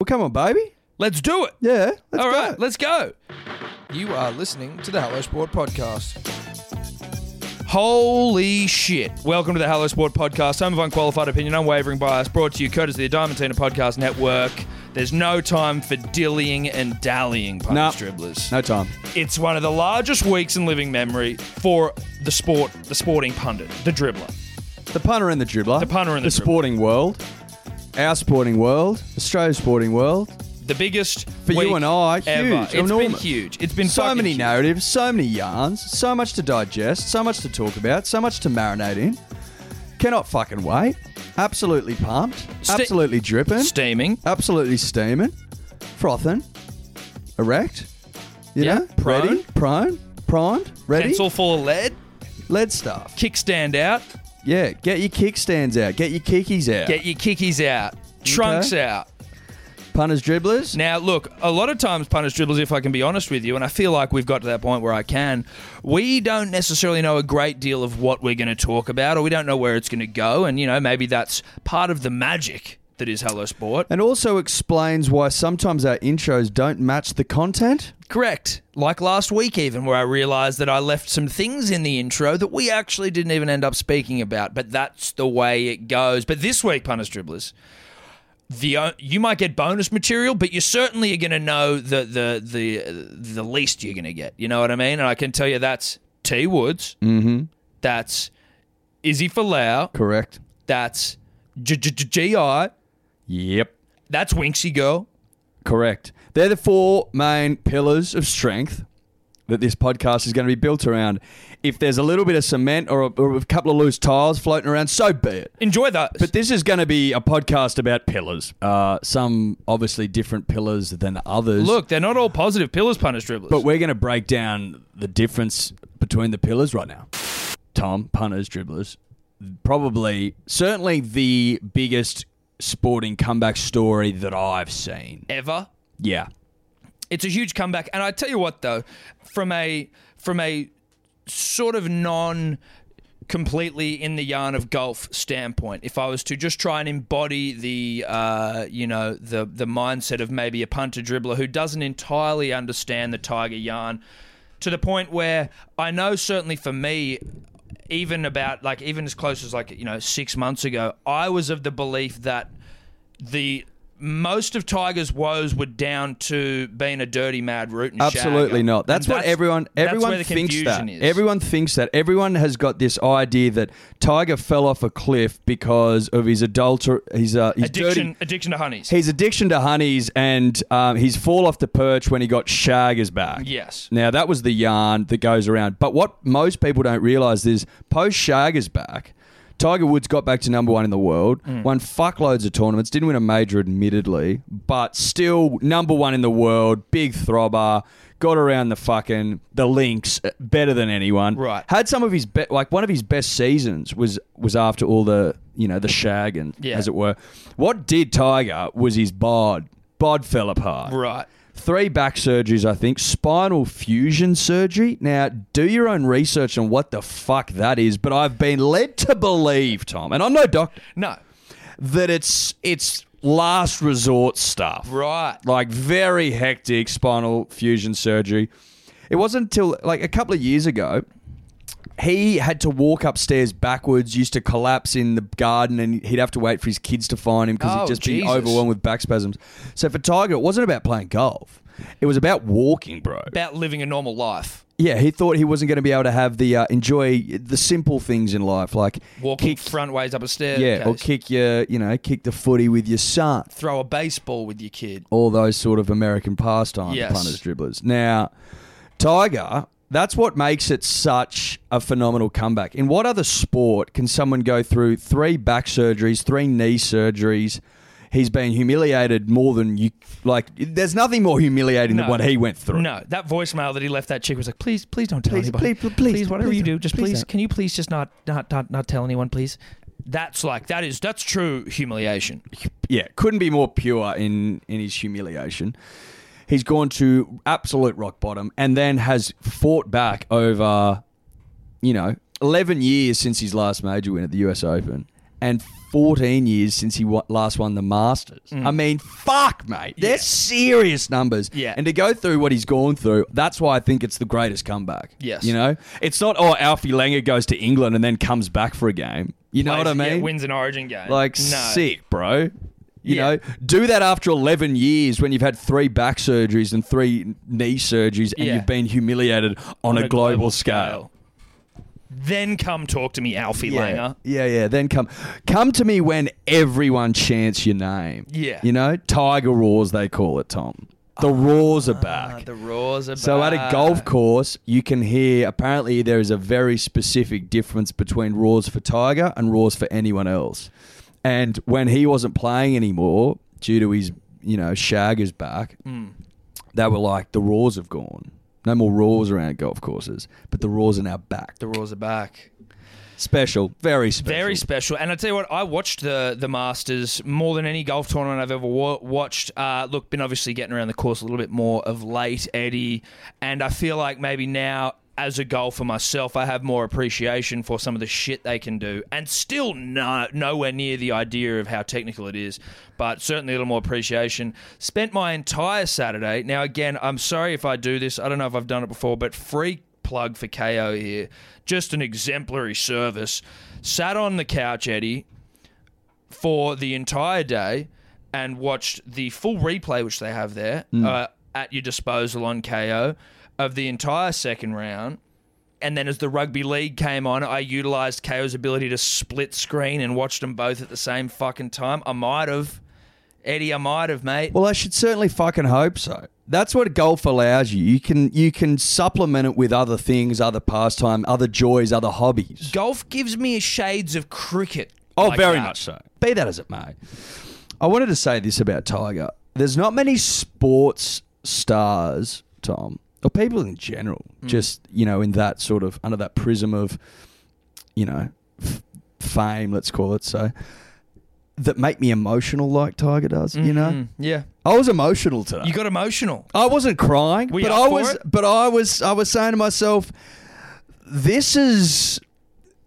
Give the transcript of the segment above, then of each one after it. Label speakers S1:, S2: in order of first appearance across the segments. S1: Well, come on, baby.
S2: Let's do it.
S1: Yeah. Let's go.
S2: All right, let's go. You are listening to the Hello Sport podcast. Holy shit. Welcome to the Hello Sport podcast, home of unqualified opinion, unwavering bias, brought to you courtesy of the Diamantina Podcast Network. There's no time for dillying and dallying, punch
S1: No.
S2: dribblers.
S1: No time.
S2: It's one of the largest weeks in living memory for the sport, the sporting pundit, the dribbler.
S1: The punter and the dribbler.
S2: The punter and the dribbler.
S1: sporting world. Our sporting world. Australia's sporting world.
S2: The biggest
S1: For you
S2: week
S1: and I,
S2: ever.
S1: huge,
S2: It's been
S1: enormous.
S2: huge. It's been
S1: so
S2: fucking
S1: many
S2: huge.
S1: narratives, so many yarns, so much to digest, so much to talk about, so much to marinate in. Cannot fucking wait. Absolutely pumped.
S2: Ste-
S1: absolutely dripping.
S2: steaming.
S1: absolutely steaming. Frothing. Erect. You
S2: Yeah,
S1: know?
S2: prone.
S1: Ready. Prone. Primed. Ready.
S2: Pencil full of lead.
S1: Lead stuff.
S2: Kickstand out.
S1: Yeah. Get your kickstands out. Get your kikis out.
S2: Get your kickies out. Trunks
S1: Okay.
S2: out.
S1: Punters, dribblers.
S2: Now, look, a lot of times, punters, dribblers, if I can be honest with you, and I feel like we've got to that point where I can, we don't necessarily know a great deal of what we're going to talk about, or we don't know where it's going to go. And, you know, maybe that's part of the magic that is Hello Sport.
S1: and also explains why sometimes our intros don't match the content.
S2: Correct. Like last week, even, where I realised that I left some things in the intro that we actually didn't even end up speaking about, but that's the way it goes. But this week, Punters Dribblers, the o- you might get bonus material, but you certainly are going to know the the the uh, the least you're going to get. You know what I mean? And I can tell you that's T Woods, mm-hmm. that's Izzy Falau,
S1: Correct.
S2: that's G- G- G- GI,
S1: Yep.
S2: that's Winksy Girl.
S1: Correct. They're the four main pillars of strength that this podcast is going to be built around. If there's a little bit of cement or a, or a couple of loose tiles floating around, so be it.
S2: Enjoy that.
S1: But this is going to be a podcast about pillars. Uh, some obviously different pillars than others.
S2: look, they're not all positive pillars, Punters Dribblers.
S1: but we're going to break down the difference between the pillars right now. Tom, punters, dribblers, probably, certainly the biggest sporting comeback story that I've seen.
S2: ever.
S1: Yeah.
S2: it's a huge comeback. And I tell you what, though, from a from a sort of non completely in the yarn of golf standpoint, if I was to just try and embody the uh, you know the the mindset of maybe a punter dribbler who doesn't entirely understand the Tiger yarn, to the point where I know certainly for me. Even about like even as close as like you know six months ago, I was of the belief that the most of Tiger's woes were down to being a dirty mad root and
S1: Absolutely
S2: shagger.
S1: not.
S2: And
S1: That's what everyone
S2: that's
S1: everyone
S2: where the
S1: thinks that.
S2: confusion is.
S1: Everyone thinks that. Everyone has got this idea that Tiger fell off a cliff because of his adulter his uh his
S2: addiction
S1: dirty
S2: addiction to honeys.
S1: his addiction to honeys and um, his fall off the perch when he got Shaggers back.
S2: Yes.
S1: Now that was the yarn that goes around. But what most people don't realise is post Shaggers back, Tiger Woods got back to number one in the world,
S2: Mm.
S1: won fuckloads of tournaments, didn't win a major admittedly, but still number one in the world, big throbber, got around the fucking the links uh, better than anyone.
S2: Right.
S1: Had some of his be- like one of his best seasons was was after all the you know, the shag and
S2: Yeah.
S1: as it were. What did Tiger was his bod. Bod fell apart
S2: Right.
S1: three back surgeries, I think, spinal fusion surgery. Now, do your own research on what the fuck that is, but I've been led to believe, Tom, and I'm no doctor,
S2: No.
S1: that it's it's last resort stuff.
S2: Right.
S1: Like very hectic spinal fusion surgery. It wasn't until like a couple of years ago he had to walk upstairs backwards, used to collapse in the garden, and he'd have to wait for his kids to find him because
S2: Oh,
S1: he'd just been
S2: Jesus.
S1: overwhelmed with back spasms. So for Tiger, it wasn't about playing golf. It was about walking, bro.
S2: About living a normal life.
S1: Yeah, he thought he wasn't going to be able to have the uh, enjoy the simple things in life, like
S2: Walking
S1: kick,
S2: front ways up a staircase.
S1: yeah, or kick your, you know, kick the footy with your son,
S2: throw a baseball with your kid.
S1: all those sort of American pastimes,
S2: Yes.
S1: punters, dribblers. Now, Tiger, that's what makes it such a phenomenal comeback. In what other sport can someone go through three back surgeries, three knee surgeries? He's been humiliated more than you like. There's nothing more humiliating than
S2: No.
S1: what he went through.
S2: No, that voicemail that he left that chick was like, please, please don't tell
S1: Please,
S2: anybody.
S1: please, please,
S2: whatever
S1: please
S2: you do,
S1: don't,
S2: just
S1: please
S2: please,
S1: don't."
S2: can you please just not, not, not, not tell anyone, please? That's like that is that's true humiliation.
S1: yeah, couldn't be more pure in in his humiliation. He's gone to absolute rock bottom and then has fought back over, you know, eleven years since his last major win at the U.S. Open and 14 years since he wa- last won the Masters. I mean, fuck, mate. They're
S2: Mm. Yeah.
S1: serious numbers.
S2: Yeah.
S1: And to go through what he's gone through, that's why I think it's the greatest comeback.
S2: Yes.
S1: You know? It's not, oh, Alfie Langer goes to England and then comes back for a game. You know what I
S2: Plays- yeah,
S1: mean?
S2: wins an Origin game.
S1: Like
S2: no.
S1: sick, bro. You
S2: Yeah.
S1: know, do that after 11 years when you've had three back surgeries and three knee surgeries and
S2: Yeah.
S1: you've been humiliated on, a, global, scale.
S2: Then come talk to me, Alfie Langer.
S1: Yeah, yeah. Then come come to me when everyone chants your name.
S2: Yeah.
S1: You know, Tiger Roars, they call it, Tom. The roars are back.
S2: Ah, the roars are
S1: So at a
S2: back.
S1: golf course, you can hear. Apparently, there is a very specific difference between roars for Tiger and roars for anyone else. And when he wasn't playing anymore due to his, you know, shagger's back,
S2: Mm. Hmm,
S1: they were like the roars have gone. No more roars around golf courses, but the roars are now back.
S2: The roars are back.
S1: Special, very special.
S2: Very special. And I tell you what, I watched the the Masters more than any golf tournament I've ever wa- watched. Uh, look, been obviously getting around the course a little bit more of late, Eddie, and I feel like maybe now. As a golfer myself, I have more appreciation for some of the shit they can do, and still no, nowhere near the idea of how technical it is, but certainly a little more appreciation. Spent my entire Saturday. Now, again, I'm sorry if I do this. I don't know if I've done it before, but free plug for KO here. Just an exemplary service. Sat on the couch, Eddie, for the entire day and watched the full replay, which they have there
S1: Mm.
S2: uh, at your disposal on KO, of the entire second round. And then as the rugby league came on, I utilized KO's ability to split screen and watched them both at the same fucking time. I might have. Eddie, I might have, mate.
S1: Well, I should certainly fucking hope so. That's what golf allows you. You can you can supplement it with other things, other pastime, other joys, other hobbies.
S2: Golf gives me shades of cricket.
S1: Oh,
S2: like
S1: very
S2: that.
S1: much so. Be that as it may. I wanted to say this about Tiger. There's not many sports stars, Tom, or people in general, just, you know, in that sort of, under that prism of, you know, f- fame, let's call it so, that make me emotional like Tiger does, you know?
S2: Mm, yeah.
S1: I was emotional today.
S2: You got emotional.
S1: I wasn't crying,
S2: Were you
S1: but
S2: up
S1: I
S2: for
S1: was.
S2: it?
S1: But I was. I was saying to myself, "This is,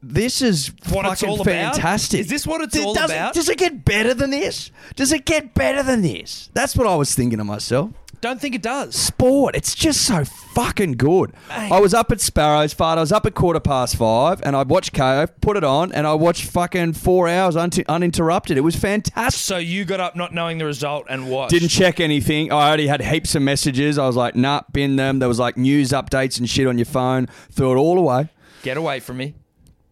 S1: this is
S2: What it's
S1: fucking
S2: all about?
S1: fantastic.
S2: Is this what it's
S1: Th-
S2: all
S1: does
S2: about?
S1: Does it get better than this? Does it get better than this? That's what I was thinking to myself.
S2: Don't think it does.
S1: Sport, it's just so fucking good.
S2: Mate.
S1: I was up at Sparrows Fart. I was up at quarter past five, and I watched KO, put it on, and I watched fucking four hours unt- uninterrupted. It was fantastic.
S2: So you got up not knowing the result and watched.
S1: Didn't check anything. I already had heaps of messages. I was like, nah, bin them. There was like news updates and shit on your phone. Threw it all away.
S2: get away from me.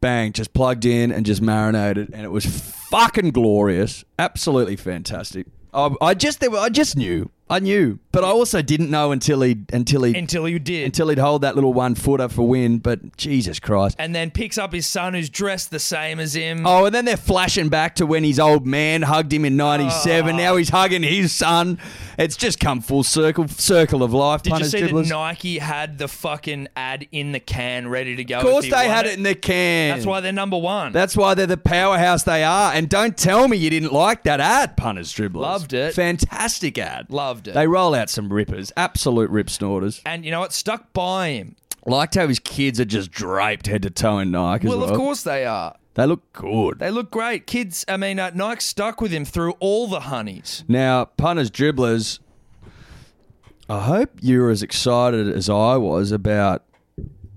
S1: Bang, just plugged in and just marinated, and it was fucking glorious. Absolutely fantastic. I, I just, there were, I just knew, I knew, but I also didn't know until he, until he,
S2: Until you did.
S1: until he'd hold that little one footer for win. But Jesus Christ.
S2: and then picks up his son who's dressed the same as him.
S1: Oh, and then they're flashing back to when his old man hugged him in '97.
S2: Ah.
S1: Now he's hugging his son. It's just come full circle, circle of life.
S2: Did you
S1: punters,
S2: see
S1: dribblers.
S2: that Nike had the fucking ad in the can ready to go?
S1: Of course
S2: if he
S1: they
S2: won
S1: had it in the can.
S2: That's why they're number one.
S1: That's why they're the powerhouse they are. And don't tell me you didn't like that ad, punters dribblers.
S2: Loved it.
S1: Fantastic ad.
S2: Loved it.
S1: They roll out some rippers, absolute rip snorters.
S2: and you know what? Stuck by him.
S1: Liked how his kids are just draped head to toe in Nike.
S2: Well,
S1: as well,
S2: of course they are.
S1: they look good.
S2: They look great. Kids, I mean, uh, Nike stuck with him through all the honeys.
S1: Now, punters, dribblers, I hope you're as excited as I was about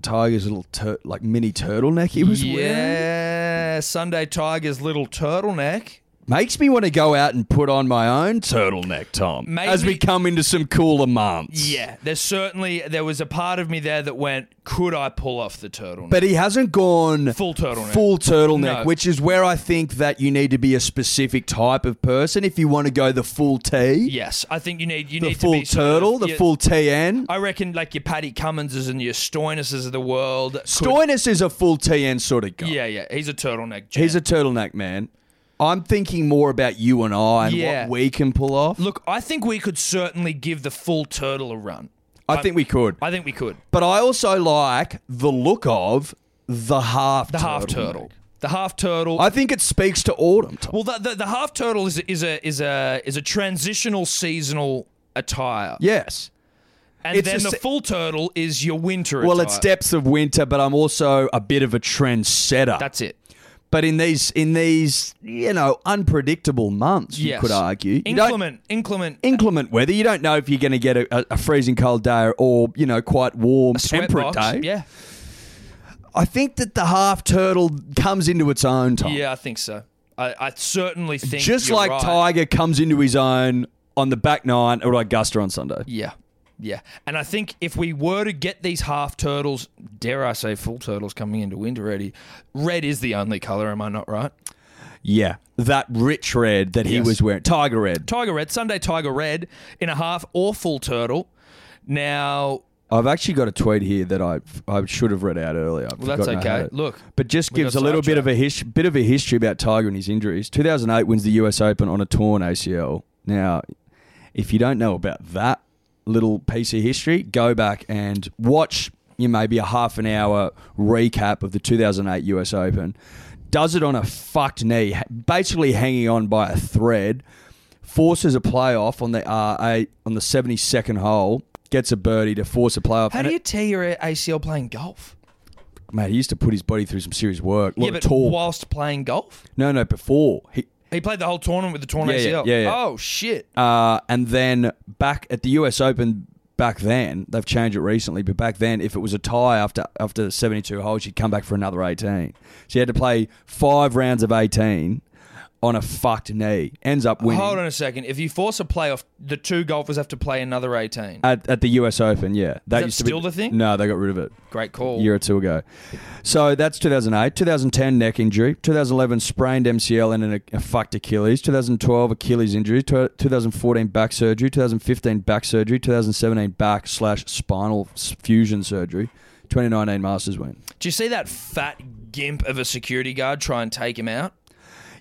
S1: Tiger's little tur- like mini turtleneck he was wearing.
S2: Yeah. Sunday Tiger's little turtleneck.
S1: Makes me want to go out and put on my own turtleneck, Tom,
S2: Made
S1: as we
S2: me-
S1: come into some cooler months.
S2: Yeah. There's certainly, there was a part of me there that went, could I pull off the turtleneck?
S1: But he hasn't gone
S2: Full turtleneck.
S1: full turtleneck,
S2: No.
S1: which is where I think that you need to be a specific type of person if you want to go the full T,
S2: yes. I think you need, you
S1: the
S2: need to
S1: full
S2: be sort of-
S1: turtle, the
S2: yeah.
S1: full TN.
S2: I reckon like your Paddy Cumminses and your Stoynesses of the world. could-
S1: Stoinis is a full TN sort of guy.
S2: yeah, yeah. He's a turtleneck. Gent.
S1: He's a turtleneck man. I'm thinking more about you and I and
S2: Yeah.
S1: what we can pull off.
S2: Look, I think we could certainly give the full turtle a run.
S1: I think we could.
S2: I think we could.
S1: But I also like the look of the half
S2: The half turtle. The half turtle.
S1: I think it speaks to autumn. Tom.
S2: well, the, the, the half turtle is is a is a is a transitional seasonal attire.
S1: yes.
S2: and
S1: it's
S2: then
S1: a
S2: the
S1: se-
S2: full turtle is your winter
S1: Well,
S2: attire.
S1: it's depths of winter, but I'm also a bit of a trendsetter.
S2: That's it.
S1: But in these in these you know unpredictable months, you
S2: Yes.
S1: could argue you don't-
S2: Inclement, inclement.
S1: inclement weather. You don't know if you're going to get a, a- a freezing cold day or you know quite warm temperate
S2: sweatbox.
S1: day.
S2: Yeah.
S1: I think that the half turtle comes into its own time.
S2: Yeah, I think so. I, I certainly think
S1: Just
S2: you're
S1: like
S2: right.
S1: Tiger comes into his own on the back nine at Augusta on Sunday.
S2: Yeah. Yeah. And I think if we were to get these half turtles, dare I say full turtles coming into winter ready, red is the only colour, am I not right?
S1: Yeah, that rich red that he
S2: Yes.
S1: was wearing, tiger red.
S2: Tiger red, Sunday tiger red in a half or full turtle. Now,
S1: I've actually got a tweet here that I I should have read out earlier. I've
S2: well, that's
S1: forgotten I had
S2: okay.
S1: it.
S2: Look,
S1: But just
S2: We
S1: gives a
S2: got
S1: little bit
S2: sidetracked.
S1: of a his- bit of a history about Tiger and his injuries. 2008 wins the U.S. Open on a torn ACL. Now, if you don't know about that little piece of history, go back and watch. You know, maybe a half an hour recap of the 2008 U.S. Open. Does it on a fucked knee, ha- basically hanging on by a thread. Forces a playoff on the uh, a, on the 72nd hole. Gets a birdie to force a playoff.
S2: how
S1: and
S2: do
S1: it-
S2: you tear your ACL playing golf?
S1: mate, he used to put his body through some serious work. A lot
S2: yeah,
S1: of
S2: but
S1: talk.
S2: whilst playing golf?
S1: No, no, before he,
S2: He played the whole tournament with the torn
S1: Yeah, yeah,
S2: ACL.
S1: yeah, yeah.
S2: Oh shit.
S1: uh, and then back at the U.S. Open back then, they've changed it recently. But back then, if it was a tie after after seventy two holes, she'd come back for another eighteen. She had to play five rounds of eighteen on a fucked knee. Ends up winning
S2: Hold on a second. If you force a playoff, the two golfers have to play another 18.
S1: at, at the U.S. Open. Yeah,
S2: that
S1: used
S2: still
S1: to be,
S2: the thing?
S1: No, they got rid of it.
S2: Great call.
S1: a year or two ago. So that's 2008. 2010, neck injury. 2011, sprained MCL and an, a fucked Achilles. 2012, Achilles injury. Tw- 2014, back surgery. 2015, back surgery. 2017, back slash spinal s- fusion surgery. 2019, Masters win.
S2: Do you see that fat gimp of a security guard try and take him out?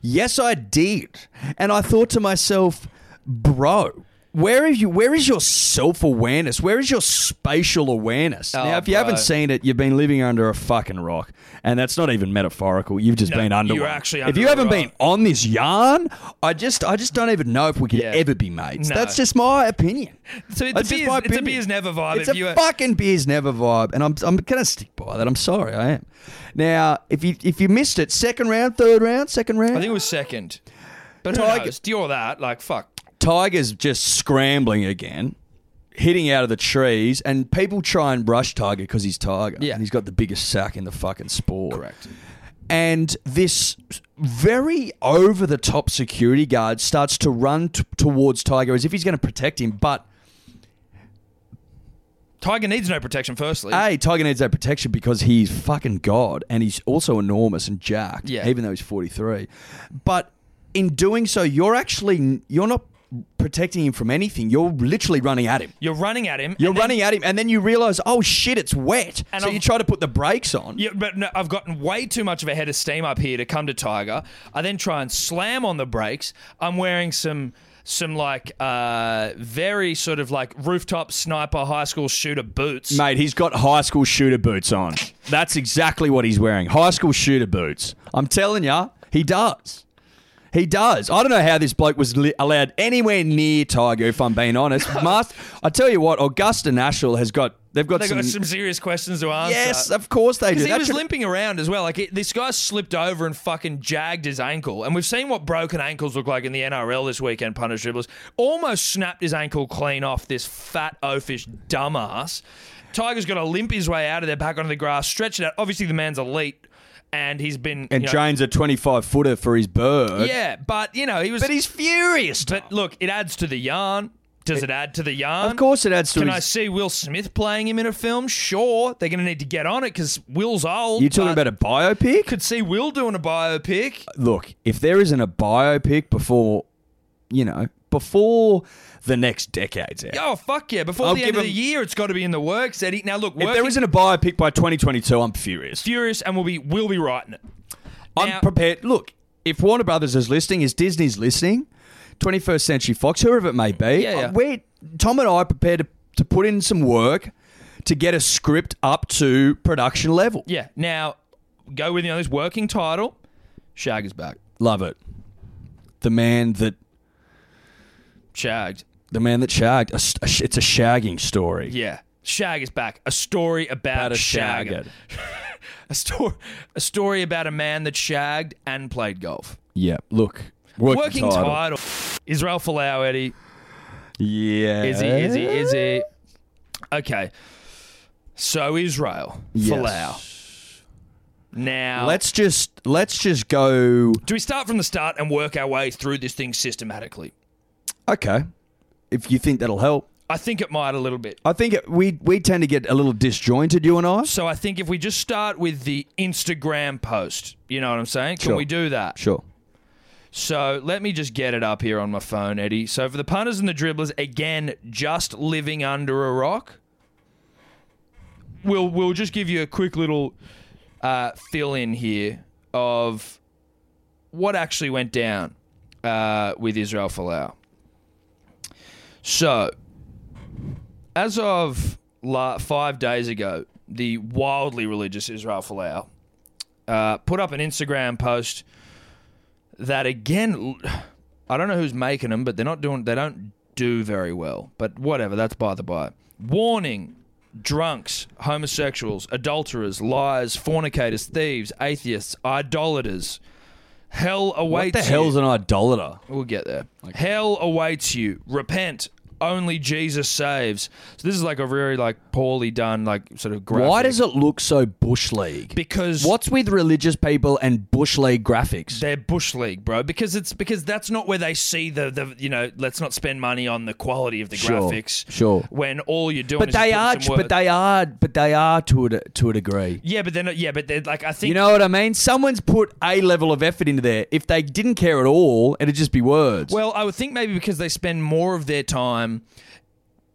S1: Yes, I did. And I thought to myself, bro. Where is you? Where is your self awareness? Where is your spatial awareness?
S2: Oh,
S1: now, if you
S2: bro.
S1: haven't seen it, you've been living under a fucking rock, and that's not even metaphorical. You've just
S2: No,
S1: been under.
S2: you're
S1: one.
S2: actually
S1: if
S2: under
S1: you
S2: a
S1: haven't
S2: rock.
S1: been on this yarn, I just, I just don't even know if we could
S2: Yeah.
S1: ever be mates.
S2: No.
S1: That's just my opinion.
S2: So it's,
S1: That's just
S2: a, beers,
S1: my
S2: it's a
S1: opinion.
S2: beers never vibe.
S1: It's
S2: if
S1: a
S2: you were-
S1: fucking beers never vibe, and I'm I'm gonna stick by that. I'm sorry, I am. Now, if you if you missed it, second round, third round, second round.
S2: I think it was second. But who
S1: Tiger-
S2: knows? Deal with that. Like, fuck.
S1: Tiger's just scrambling again, hitting out of the trees, and people try and rush Tiger because he's Tiger.
S2: Yeah.
S1: And he's got the biggest sack in the fucking sport.
S2: Correct.
S1: And this very over the top security guard starts to run t- towards Tiger as if he's going to protect him, but.
S2: Tiger needs no protection, firstly.
S1: A, Tiger needs that protection because he's fucking God and he's also enormous and jacked,
S2: Yeah.
S1: even though he's 43. But in doing so, you're actually, you're not protecting him from anything. You're literally running at him.
S2: You're running at him.
S1: You're
S2: and then-
S1: running at him, and then you realize, oh shit, it's wet.
S2: And
S1: so
S2: I've-
S1: you try to put the brakes on.
S2: Yeah, but no, I've gotten way too much of a head of steam up here to come to Tiger. I then try and slam on the brakes. I'm wearing some some like uh very sort of like rooftop sniper high school shooter boots.
S1: Mate, he's got high school shooter boots on. That's exactly what he's wearing. High school shooter boots. I'm telling ya, he does. He does. I don't know how this bloke was li- allowed anywhere near Tiger. If I'm being honest, Mast- I tell you what, Augusta National has got. They've got,
S2: They've
S1: some,
S2: got some serious questions to answer.
S1: Yes, of course they do.
S2: Because he
S1: That
S2: was
S1: should-
S2: limping around as well. Like it, this guy slipped over and fucking jagged his ankle, and we've seen what broken ankles look like in the NRL this weekend. Punish dribblers almost snapped his ankle clean off. This fat oafish dumbass. Tiger's got to limp his way out of there, back onto the grass, stretch it out. Obviously, the man's elite, and he's been
S1: and
S2: you know-
S1: Jane's a 25 footer for his bird.
S2: Yeah, but you know he was.
S1: but he's furious.
S2: But look, it adds to the yarn. Does it, add to the yarn?
S1: Of course, it adds to
S2: Can
S1: his.
S2: I see Will Smith playing him in a film? Sure, they're going to need to get on it because Will's old.
S1: you talking about
S2: but-
S1: a biopic?
S2: could see Will doing a biopic.
S1: look, if there isn't a biopic before, you know, before the next decade's out,
S2: Oh fuck yeah! Before
S1: I'll
S2: the end
S1: give
S2: of the
S1: him-
S2: year, it's got to be in the works, Eddie. Now look,
S1: if
S2: working
S1: there isn't a biopic by 2022, I'm furious.
S2: furious, and we'll be we'll be writing it. now-
S1: I'm prepared. Look, if Warner Brothers is listening, is Disney's listening, 21st Century Fox, whoever it may be,
S2: Yeah, yeah.
S1: uh, we're Tom and I are prepared to, to put in some work to get a script up to production level.
S2: Yeah. Now go with you know this working title. Shag is back.
S1: Love it. The man that
S2: Shagged.
S1: the man that shagged. A s- a sh- It's a shagging story.
S2: Yeah. Shag is back. A story about,
S1: About a
S2: Shagger.
S1: shagger.
S2: A story, a story about a man that shagged and played golf.
S1: Yeah, look. Working,
S2: Working
S1: title.
S2: title. Israel Folau, Eddie.
S1: Yeah.
S2: Is he? Is he? Is he? Okay. So Israel Folau. Now
S1: Let's just let's just go.
S2: Do we start from the start and work our way through this thing systematically?
S1: Okay, if you think that'll help,
S2: I think it might a little bit.
S1: I think it, we we tend to get a little disjointed. You and I.
S2: So I think if we just start with the Instagram post, you know what I'm saying? Can
S1: Sure.
S2: we do that?
S1: Sure.
S2: So let me just get it up here on my phone, Eddie. So for the punters and the dribblers, again, just living under a rock. We'll we'll just give you a quick little uh, fill in here of what actually went down uh, with Israel Folau. So, as of la- five days ago, the wildly religious Israel Folau uh, put up an Instagram post that again l- I don't know who's making them, but they're not doing they don't do very well. But whatever, that's by the by. Warning drunks, homosexuals, adulterers, liars, fornicators, thieves, atheists, idolaters. Hell awaits
S1: What the
S2: you.
S1: hell's an idolater?
S2: We'll get there. Hell awaits you. Repent. Only Jesus saves. So this is like a very like poorly done like sort of graphic.
S1: Why does it look so bush league?
S2: because
S1: What's with religious people and bush league graphics?
S2: they're bush league, bro? Because it's because that's not where they see the the you know. Let's not spend money on the quality of the
S1: Sure,
S2: graphics.
S1: sure.
S2: When all you're doing,
S1: But
S2: is just
S1: they
S2: putting
S1: are,
S2: some work-
S1: but they are, but they are to a to a degree.
S2: yeah, but they're not. Yeah, but they're like I think
S1: You know what I mean? Someone's put a level of effort into there. If they didn't care at all, it'd just be words.
S2: Well, I would think maybe because they spend more of their time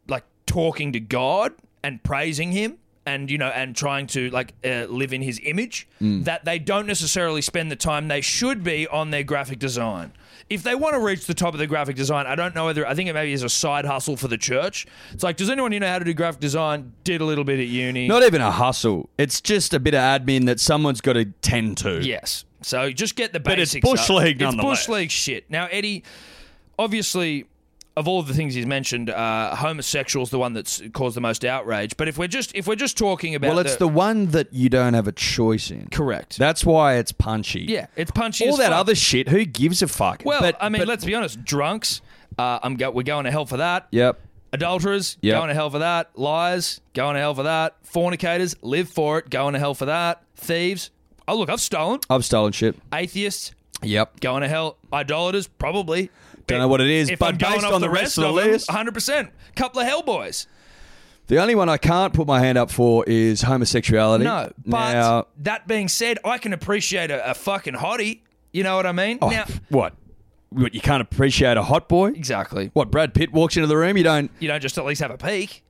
S2: like talking to God and praising Him and you know and trying to like uh, live in His image that they don't necessarily spend the time they should be on their graphic design. If they want to reach the top of the graphic design, I don't know whether I think it maybe is a side hustle for the church. It's like, does anyone here know how to do graphic design? Did a little bit at uni.
S1: Not even a hustle. It's just a bit of admin that someone's got to tend to.
S2: Yes. So just get the
S1: it's
S2: basics.
S1: bush
S2: up.
S1: league
S2: It's
S1: nonetheless.
S2: bush league shit. Now, Eddie, obviously, of all the things he's mentioned, uh, homosexuals the one that's caused the most outrage. But if we're just if we're just talking about
S1: Well, it's the one that you don't have a choice in.
S2: correct.
S1: That's why it's punchy.
S2: yeah, it's punchy.
S1: All
S2: as
S1: that
S2: fuck.
S1: other shit, who gives a fuck?
S2: Well,
S1: But-
S2: I mean,
S1: but-
S2: let's be honest. Drunks. Uh, I'm go- we're going to hell for that.
S1: Yep.
S2: Adulterers,
S1: Yep.
S2: going to hell for that. Liars, going to hell for that. Fornicators, live for it, going to hell for that. Thieves, oh look, I've stolen.
S1: I've stolen shit.
S2: Atheists,
S1: Yep.
S2: going to hell. Idolaters, probably.
S1: Don't know what it is,
S2: If
S1: but
S2: I'm going
S1: based
S2: off
S1: on the rest of the list-
S2: them, 100%. Couple of Hellboys.
S1: The only one I can't put my hand up for is homosexuality.
S2: No, but
S1: Now-
S2: that being said, I can appreciate a, a fucking hottie. You know what I mean?
S1: Oh,
S2: now,
S1: what? What you can't appreciate a hot boy?
S2: exactly.
S1: What Brad Pitt walks into the room, you don't.
S2: You don't just at least have a peek.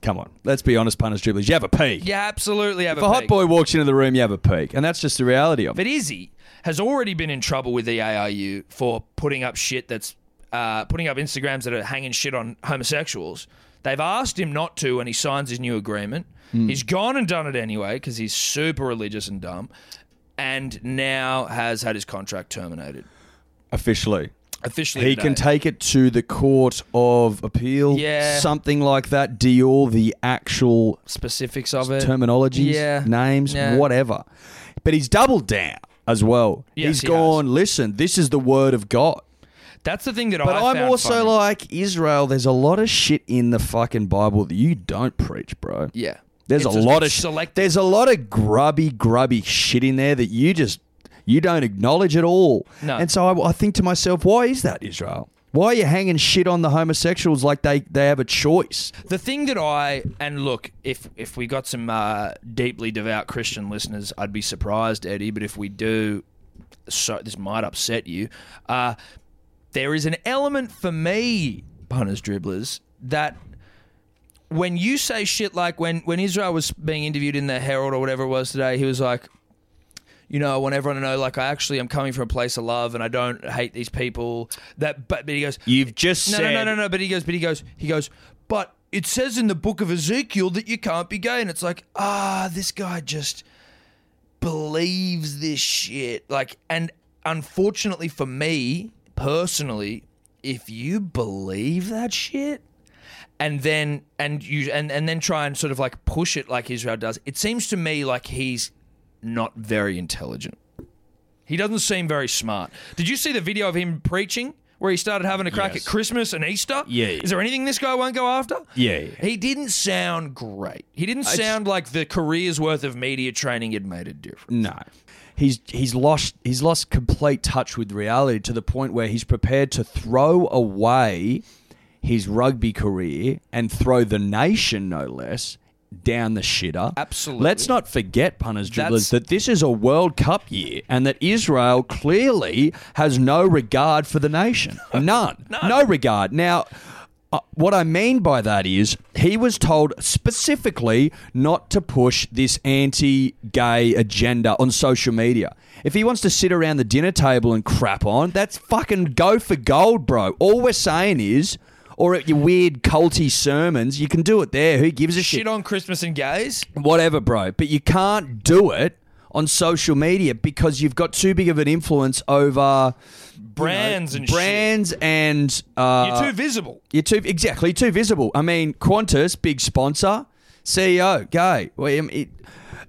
S1: Come on, let's be honest, punters, dribblers. You have a peek.
S2: You absolutely have
S1: if
S2: a,
S1: a hot
S2: peek.
S1: boy walks into the room, you have a peek, and that's just the reality of it.
S2: But Izzy has already been in trouble with the AIU for putting up shit that's uh, putting up Instagrams that are hanging shit on homosexuals. They've asked him not to, and he signs his new agreement.
S1: Hmm.
S2: He's gone and done it anyway because he's super religious and dumb, and now has had his contract terminated
S1: Officially,
S2: officially.
S1: he
S2: today.
S1: can take it to the court of appeal,
S2: Yeah.
S1: something like that. Deal the actual
S2: specifics of it.
S1: terminologies,
S2: Uh, Yeah.
S1: names,
S2: Yeah.
S1: whatever. But he's doubled down as well.
S2: Yes,
S1: he's
S2: he
S1: gone. Listen, this is the word of God.
S2: That's the thing that
S1: But
S2: I.
S1: I'm
S2: found
S1: also
S2: funny.
S1: like Israel. There's a lot of shit in the fucking Bible that you don't preach, bro.
S2: yeah.
S1: There's
S2: It's
S1: a lot of
S2: it's
S1: sh-
S2: selective.
S1: there's a lot of grubby, grubby shit in there that you just you don't acknowledge at all.
S2: No.
S1: And so I, I think to myself, why is that, Israel? Why are you hanging shit on the homosexuals like they they have a choice?
S2: The thing that I and look, if if we got some uh, deeply devout Christian listeners, I'd be surprised, Eddie. But if we do, so this might upset you. Uh, there is an element for me, punters, dribblers, that when you say shit like when when Israel was being interviewed in the Herald or whatever it was today, he was like, you know, I want everyone to know, like, I actually am coming from a place of love and I don't hate these people. That, but, but he goes,
S1: You've just
S2: no,
S1: said
S2: no, no, no, no. But he goes, but he goes, he goes. But it says in the book of Ezekiel that you can't be gay, and it's like, ah, this guy just believes this shit. Like, and unfortunately for me personally, if you believe that shit, and then and you and, and then try and sort of like push it like Israel does. It seems to me like he's not very intelligent. He doesn't seem very smart. Did you see the video of him preaching where he started having a crack
S3: Yes.
S2: at Christmas and Easter?
S3: Yeah, yeah.
S2: Is there anything this guy won't go after?
S3: Yeah, yeah.
S2: He didn't sound great. He didn't sound like the career's worth of media training had made a difference.
S3: Mm.
S1: No. He's he's lost he's lost complete touch with reality to the point where he's prepared to throw away his rugby career and throw the nation no less down the shitter.
S2: Absolutely.
S1: Let's not forget punters
S2: That's-
S1: dribblers that this is a World Cup year and that Israel clearly has no regard for the nation. None. No regard. Now uh, what I mean by that is he was told specifically not to push this anti gay agenda on social media. If he wants to sit around the dinner table and crap on, that's fucking go for gold, bro. All we're saying is, or at your weird culty sermons, you can do it there. Who gives a shit?
S2: Shit on Christmas and gays?
S1: whatever, bro. But you can't do it on social media because you've got too big of an influence over you know,
S2: Brands and shit.
S1: brands and uh,
S2: You're too visible.
S1: you're too exactly too visible. I mean, Qantas, big sponsor, CEO, gay. Well, I mean, it-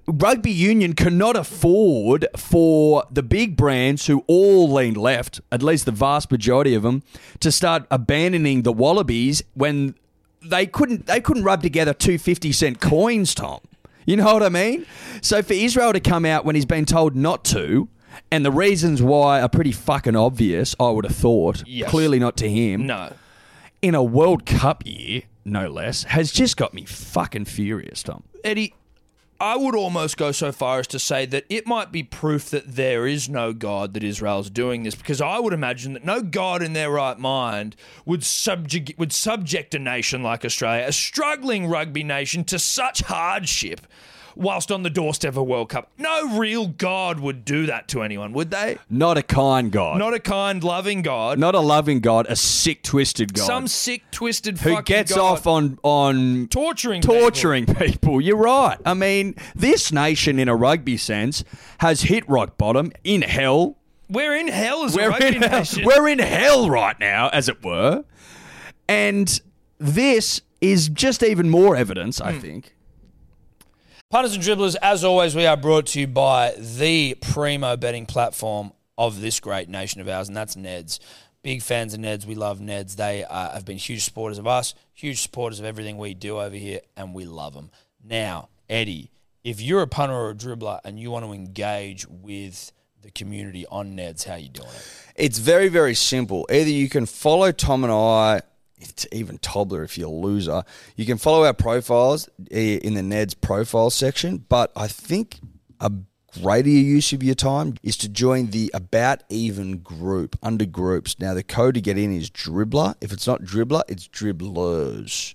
S1: rugby union cannot afford for the big brands who all lean left, at least the vast majority of them, to start abandoning the Wallabies when they couldn't they couldn't rub together two fifty cent coins, Tom. You know what I mean? So for Israel to come out when he's been told not to. And the reasons why are pretty fucking obvious, I would have thought.
S2: Yes.
S1: Clearly not to him
S2: No.
S1: in a World Cup year, no less, has just got me fucking furious, Tom.
S2: Eddie, I would almost go so far as to say that it might be proof that there is no God that Israel's doing this, because I would imagine that no God in their right mind would subject would subject a nation like Australia, a struggling rugby nation, to such hardship. Whilst on the doorstep of a World Cup, no real God would do that to anyone, would they?
S1: Not a kind God. Not,
S2: Not a kind, loving God.
S1: a loving God, a sick, twisted God.
S2: Some sick, twisted
S1: who
S2: fucking
S1: gets
S2: God
S1: off on, on
S2: torturing, people.
S1: torturing people. You're right. I mean, this nation, in a rugby sense, has hit rock bottom in hell.
S2: We're in hell as a
S1: We're
S2: rugby
S1: in, hell,
S2: nation.
S1: we're in hell right now, as it were. And this is just even more evidence, I think.
S2: Punters and dribblers, as always, we are brought to you by the primo betting platform of this great nation of ours, and that's Neds. Big fans of Neds. We love Neds. They uh, have been huge supporters of us, huge supporters of everything we do over here, and we love them. Now, Eddie, if you're a punter or a dribbler and you want to engage with the community on Neds, how you doing it?
S4: It's very, very simple. Either you can follow Tom and I, it's even toddler if you're a loser. You can follow our profiles eh, in the Ned's profile section, but I think a greater use of your time is to join the About Even group under groups. Now, the code to get in is Dribbler. If it's not Dribbler, it's Dribblers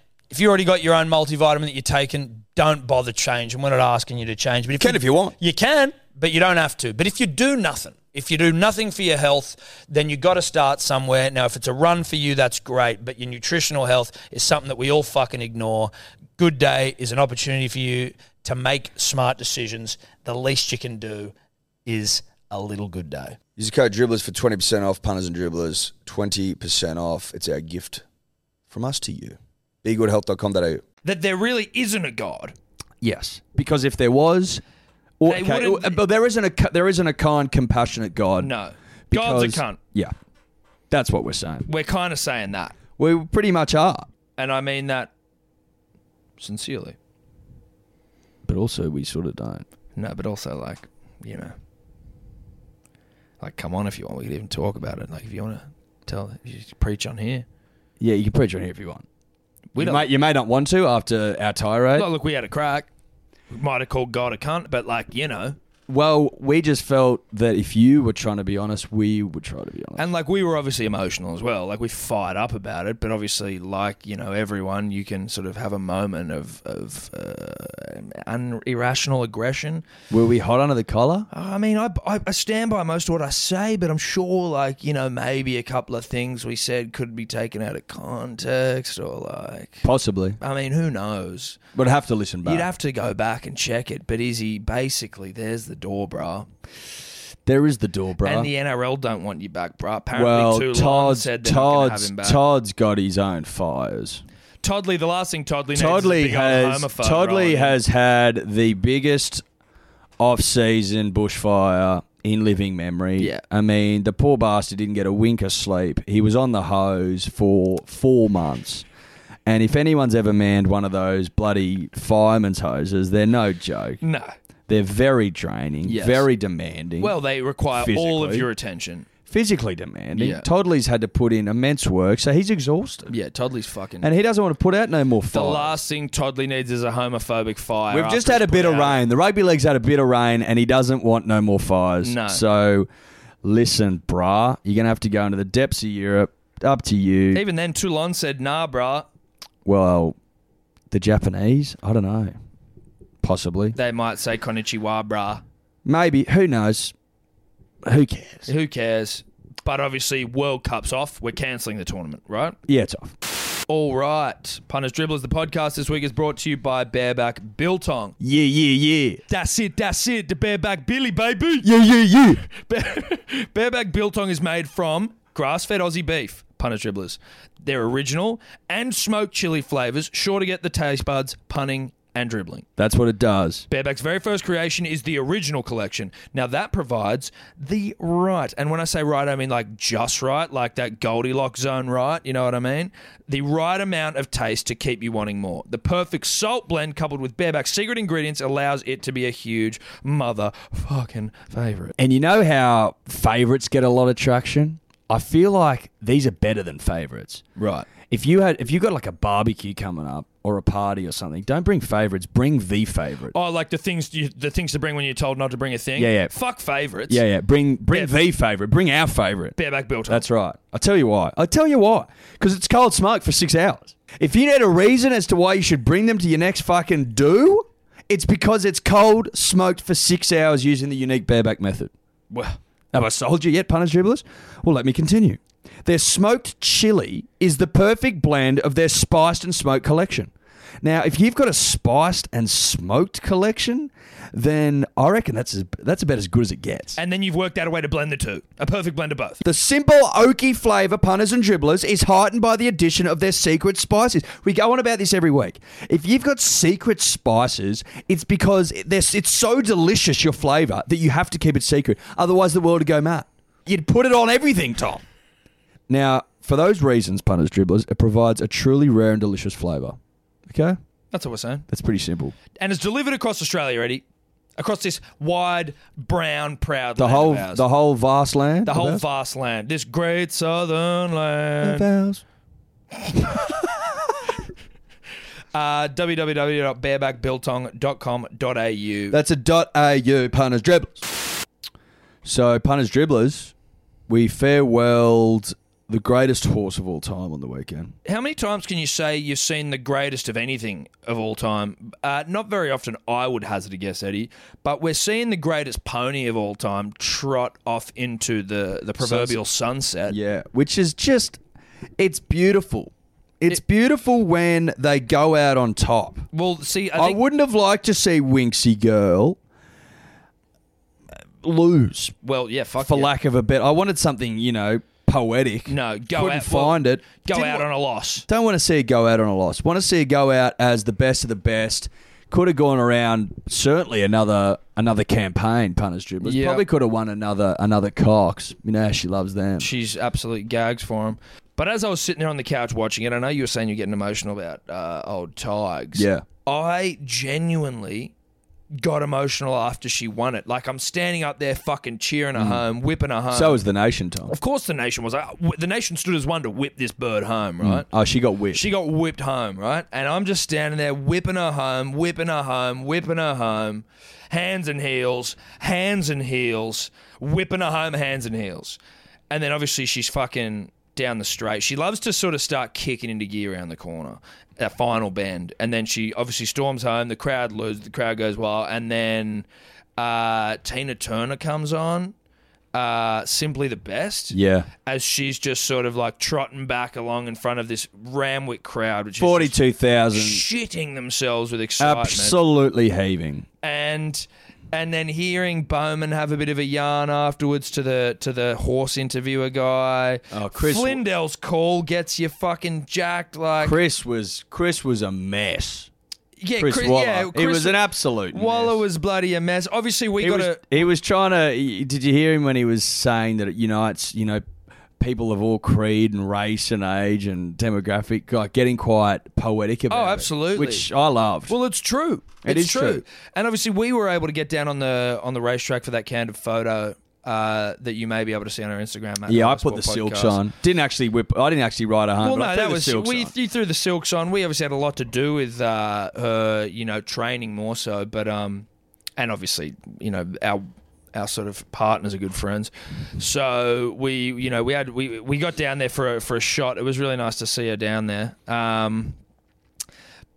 S2: if you already got your own multivitamin that you're taking, don't bother changing. We're not asking you to change, but if
S4: Can if you want.
S2: You can, but you don't have to. But if you do nothing, if you do nothing for your health, then you got to start somewhere. Now, if it's a run for you, that's great, but your nutritional health is something that we all fucking ignore. Good Day is an opportunity for you to make smart decisions. The least you can do
S3: is a little good day.
S4: Use the code dribblers for 20% off, punters and dribblers, 20% off. It's our gift from us to you. BeGoodHealth.com.au.
S2: That there really isn't a God.
S1: Yes, because if there was, or,
S2: They
S1: okay, uh,
S2: wouldn't-
S1: but there isn't a ca- there isn't a kind, compassionate God.
S2: No.
S1: because-
S2: God's a cunt.
S1: Yeah, that's what we're saying.
S2: We're kind of saying that.
S1: We pretty much are,
S2: And I mean that sincerely.
S1: but also we sort of don't.
S2: No, but also like, you know, like come on if you want, we could even talk about it. Like if you want to tell, you should preach on here.
S1: Yeah, you can preach on here if you want.
S2: We
S1: you,
S2: don't
S1: may, you may not want to after our tirade.
S2: Well, Oh, look, we had a crack. We might have called God a cunt, but like you know,
S1: Well, we just felt that if you were trying to be honest, we would try to be honest.
S2: and like we were obviously emotional as well. Like we fired up about it, but obviously, like you know, everyone, you can sort of have a moment of of uh, un- irrational aggression.
S1: Were we hot under the collar?
S2: I mean, I, I I stand by most of what I say, but I'm sure, like you know, maybe a couple of things we said could be taken out of context, or like,
S1: Possibly.
S2: I mean, who knows?
S1: But I'd have to listen back.
S2: You'd have to go back and check it. But Izzy, basically, there's the door, bruh.
S1: there is the door, bro.
S2: And the NRL don't want you back, bro. Apparently,
S1: well,
S2: too long
S1: Todd's,
S2: said they're not gonna have
S1: Todd's,
S2: him back.
S1: Todd's got his own fires.
S2: Toddley, the last thing Toddley needs
S1: Toddley
S2: is a big old
S1: has
S2: homophobe
S1: Toddley
S2: rolling in.
S1: has had the biggest off-season bushfire in living memory.
S2: Yeah.
S1: I mean, the poor bastard didn't get a wink of sleep. He was on the hose for four months. And if anyone's ever manned one of those bloody fireman's hoses, they're no joke.
S2: no.
S1: They're very draining,
S2: Yes.
S1: very demanding.
S2: Well, they require all of
S1: Physically.
S2: your attention.
S1: physically demanding.
S2: Yeah.
S1: Toddley's had to put in immense work, so he's exhausted.
S2: Yeah, Toddley's fucking.
S1: And he doesn't want to put out no more
S2: the
S1: fire.
S2: last thing Toddley needs is a homophobic fire.
S1: We've
S2: after
S1: just had a
S2: he's
S1: bit
S2: put
S1: of
S2: out.
S1: rain. The rugby league's had a bit of rain, and he doesn't want no more fires.
S2: No.
S1: So, listen, brah, you're going to have to go into the depths of Europe. Up to you.
S2: Even then, Toulon said, "Nah, bruh,
S1: well, the Japanese? I don't know. Possibly.
S2: They might say "Konnichiwa, bruh."
S1: Maybe. Who knows? Who cares?
S2: Who cares? But obviously, World Cup's off. We're cancelling the tournament, right?
S1: Yeah, it's off.
S2: All right. Punters Dribblers, the podcast this week is brought to you by Bareback Biltong.
S1: Yeah, yeah, yeah.
S2: That's it, that's it. The bareback Billy, baby.
S1: Yeah, yeah, yeah.
S2: bareback Biltong is made from grass fed Aussie beef. Punter dribblers. They're original and smoked chili flavors, sure to get the taste buds punning and dribbling.
S1: That's what it does.
S2: Bareback's very first creation is the original collection. Now that provides the right, and when I say right, I mean like just right, like that Goldilocks zone right. You know what I mean? The right amount of taste to keep you wanting more. The perfect salt blend coupled with Bareback's secret ingredients allows it to be a huge motherfucking favorite.
S1: And you know how favourites get a lot of traction? I feel like these are better than favourites.
S2: Right.
S1: If you had, if you got like a barbecue coming up or a party or something, don't bring favourites. Bring the favourite.
S2: Oh, like the things you, the things to bring when you're told not to bring a thing.
S1: Yeah, yeah.
S2: Fuck favorites.
S1: Yeah, yeah. Bring bring
S2: Yeah.
S1: the favourite. Bring our favourite.
S2: Bareback built on.
S1: That's right. I'll tell you why. I'll tell you why. Because it's cold smoke for six hours. If you need a reason as to why you should bring them to your next fucking do, it's because it's cold smoked for six hours using the unique bareback method.
S2: well,
S1: Have I sold you yet, punters dribblers? Well, let me continue. Their smoked chili is the perfect blend of their spiced and smoked collection. Now, if you've got a spiced and smoked collection, then I reckon that's as, that's about as good as it gets.
S2: and then you've worked out a way to blend the two, a perfect blend of both.
S1: The simple oaky flavour, punters and dribblers, is heightened by the addition of their secret spices. We go on about this every week. If you've got secret spices, it's because it- they're- it's so delicious, your flavour, that you have to keep it secret. Otherwise, the world would go mad. You'd put it on everything, Tom. Now, for those reasons, punters, dribblers, it provides a truly rare and delicious flavour. Okay?
S2: That's what we're saying.
S1: That's pretty simple.
S2: and it's delivered across Australia, Eddie, across this wide, brown, proud
S1: The
S2: land
S1: whole,
S2: of ours.
S1: the whole vast land.
S2: The whole
S1: of ours?
S2: vast land, this great southern
S1: Of
S2: land.
S1: ours.
S2: Uh, www.barebackbiltong.com.au.
S1: That's a dot au punters dribblers. So punters dribblers, we farewelled the greatest horse of all time on the weekend.
S2: How many times can you say you've seen the greatest of anything of all time? Uh, not very often, I would hazard a guess, Eddie. But we're seeing the greatest pony of all time trot off into the, the proverbial sunset.
S1: Yeah, which is just it's beautiful. It's beautiful when they go out on top.
S2: Well, see, I
S1: I,
S2: think
S1: wouldn't have liked to see Winksy Girl lose,
S2: Well, yeah, fuck
S1: for
S2: yeah.
S1: lack of a bet. I wanted something, you know, poetic.
S2: No, go
S1: Couldn't
S2: out.
S1: find
S2: well,
S1: it.
S2: Go
S1: Didn't
S2: out
S1: wa-
S2: on a loss.
S1: Don't want to see a go out on a loss. Want to see a go out as the best of the best. Could have gone around certainly another another campaign. Punters dribblers
S2: Yeah.
S1: probably could have won another another Cox. You know how she loves them.
S2: She's absolutely gags for him. But as I was sitting there on the couch watching it, I know you were saying you're getting emotional about uh, old Tigers.
S1: Yeah.
S2: I genuinely got emotional after she won it. Like I'm standing up there, fucking cheering her home, whipping her home.
S1: Mm. So is the nation, Tom.
S2: of course, the nation was. Like, the nation stood as one to whip this bird home, right?
S1: Oh, she got whipped.
S2: She got whipped home, right? And I'm just standing there whipping her home, whipping her home, whipping her home, hands and heels, hands and heels, whipping her home, hands and heels. And then obviously she's fucking down the straight. She loves to sort of start kicking into gear around the corner, that final bend. And then she obviously storms home, the crowd loses, the crowd goes wild. And then uh, Tina Turner comes on. Uh, simply the best
S1: yeah,
S2: as she's just sort of like trotting back along in front of this Ramwick crowd, which is just
S1: forty-two thousand,
S2: shitting themselves with excitement,
S1: absolutely heaving.
S2: and and then hearing Bowman have a bit of a yarn afterwards to the to the horse interviewer guy.
S1: Oh, Chris-
S2: Flindell's call gets you fucking jacked, like
S1: Chris was Chris was a mess.
S2: yeah,
S1: Chris,
S2: Chris-
S1: Waller.
S2: yeah,
S1: he
S2: Chris
S1: was an absolute
S2: Waller
S1: mess.
S2: was bloody a mess. Obviously, we
S1: he
S2: got
S1: was,
S2: to
S1: he was trying to. he- Did you hear him when he was saying that it unites, you know, people of all creed and race and age and demographic, like getting quite poetic about it.
S2: Oh, absolutely.
S1: Which I loved.
S2: Well, it's true.
S1: It
S2: it's
S1: is true.
S2: And obviously, we were able to get down on the on the racetrack for that candid photo uh, that you may be able to see on our Instagram. At
S1: yeah, I
S2: Motorsport
S1: put the silks
S2: Podcast.
S1: on. Didn't actually whip. I didn't actually ride a hunt.
S2: Well,
S1: but I
S2: no,
S1: threw
S2: that
S1: the
S2: was
S1: silks
S2: we
S1: on.
S2: you threw the silks on. We obviously had a lot to do with uh, her, you know, training more so, but um, and obviously, you know, our our sort of partners are good friends, so we, you know, we had we we got down there for a, for a shot. It was really nice to see her down there. Um,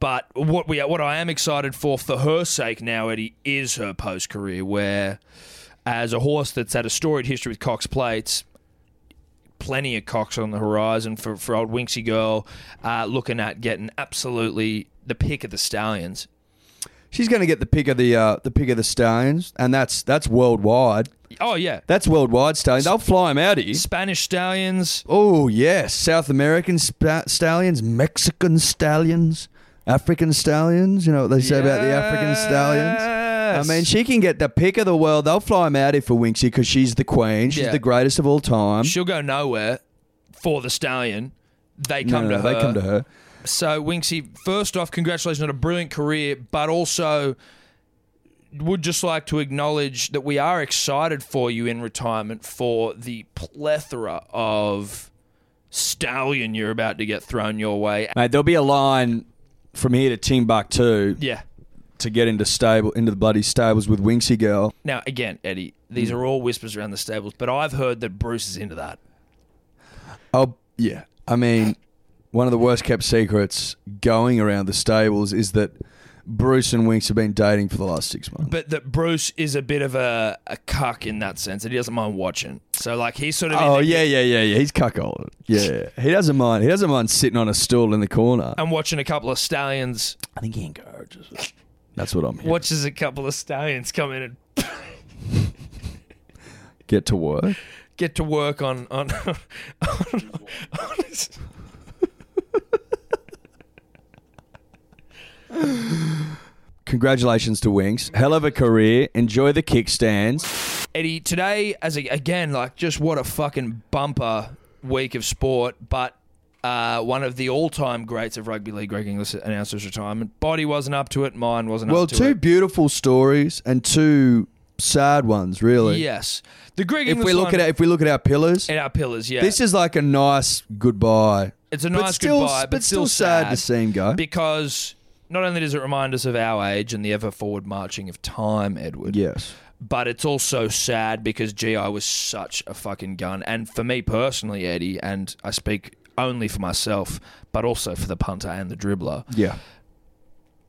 S2: but what we what I am excited for for her sake now, Eddie, is her post career where. As a horse that's had a storied history with Cox plates, plenty of cocks on the horizon for, for old Winksy girl, uh, looking at getting absolutely the pick of the stallions.
S1: She's going to get the pick of the uh, the pick of the stones, and that's that's worldwide.
S2: Oh yeah,
S1: That's worldwide stones. They'll fly him out here.
S2: Spanish stallions.
S1: Oh yes, South American spa- stallions, Mexican stallions, African stallions. You know what they say about the African stallions. I
S2: Yes.
S1: mean, she can get the pick of the world. They'll fly him out here for Winksy because she's the queen. She's
S2: Yeah.
S1: the greatest of all time.
S2: she'll go nowhere for the stallion. They
S1: No,
S2: come
S1: no, no,
S2: to her.
S1: They come to her.
S2: So Winksy, first off, congratulations on a brilliant career, but also would just like to acknowledge that we are excited for you in retirement for the plethora of stallion you're about to get thrown your way.
S1: Mate, there'll be a line from here to Timbuktu
S2: Yeah.
S1: to get into stable into the bloody stables with Winksy girl.
S2: Now again, Eddie, these
S1: Mm.
S2: are all whispers around the stables, but I've heard that Bruce is into that.
S1: Oh yeah. I mean, one of the worst kept secrets going around the stables is that Bruce and Winks have been dating for the last six months.
S2: But that Bruce is a bit of a, a cuck in that sense, that he doesn't mind watching. So like he's sort of in
S1: Oh
S2: there
S1: yeah, yeah, yeah, yeah. He's cuckolded. Yeah, he doesn't mind. He doesn't mind sitting on a stool in the corner.
S2: and watching a couple of stallions
S1: I think he encourages it. That's what I'm. Here.
S2: watches a couple of stallions come in and
S1: Get to work.
S2: get to work on on, on, on his-
S1: Congratulations to Winks. Hell of a career. Enjoy the kickstands.
S2: Eddie, today as a, again, like just what a fucking bumper week of sport, but uh, one of the all-time greats of rugby league, Greg Inglis, announced his retirement. Body wasn't up to it. Mine wasn't
S1: Well,
S2: up to
S1: two
S2: it.
S1: beautiful stories and two sad ones, really.
S2: Yes, the Greg
S1: If
S2: Inglis
S1: we look
S2: one,
S1: at our, if we look at our pillars,
S2: in our pillars, yeah,
S1: this is like a nice goodbye.
S2: it's a
S1: but
S2: nice
S1: still,
S2: goodbye, but,
S1: still sad to see him go.
S2: because not only does it remind us of our age and the ever forward marching of time, Edward,
S1: Yes.
S2: but it's also sad because GI was such a fucking gun. And for me personally, Eddie, and I speak only for myself, but also for the punter and the dribbler,
S1: Yeah.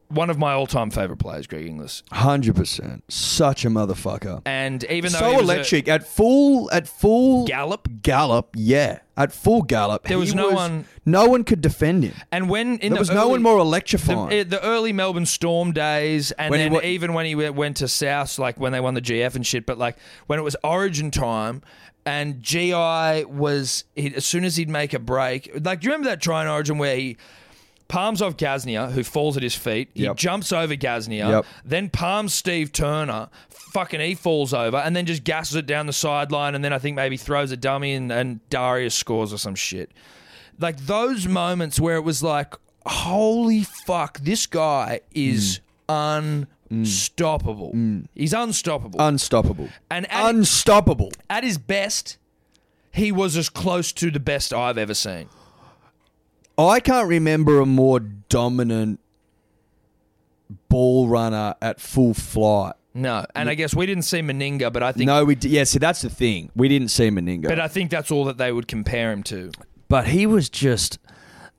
S2: one of my all-time favorite players, Greg Inglis.
S1: Hundred percent. Such a motherfucker.
S2: And even though he
S1: so
S2: was a-
S1: electric at full at full
S2: Gallop?
S1: gallop. Yeah, at full gallop.
S2: There
S1: he
S2: was no one-
S1: No one could defend him.
S2: and when
S1: There
S2: in the
S1: was no
S2: early-
S1: one more
S2: the,
S1: electrifying.
S2: eh, the early Melbourne Storm days, and
S1: When he
S2: then
S1: wa-
S2: even when he went- went to South, like when they won the GF and shit. But like when it was Origin time, and GI was he, as soon as he'd make a break. Like, do you remember that try in Origin where he palms off Gaznia, who falls at his feet? He
S1: Yep.
S2: jumps over Gaznia,
S1: Yep.
S2: then palms Steve Turner. Fucking he falls over and then just gasses it down the sideline, and then I think maybe throws a dummy and, and Darius scores or some shit like those moments where it was like, holy fuck, this guy is
S1: Mm.
S2: unstoppable. He's unstoppable.
S1: unstoppable.
S2: and at,
S1: Unstoppable.
S2: at his best, he was as close to the best I've ever seen.
S1: I can't remember a more dominant ball runner at full flight.
S2: No, and I guess we didn't see Meninga, but I think,
S1: No, we d- yeah. See, that's the thing. We didn't see Meninga,
S2: but I think that's all that they would compare him to.
S1: but he was just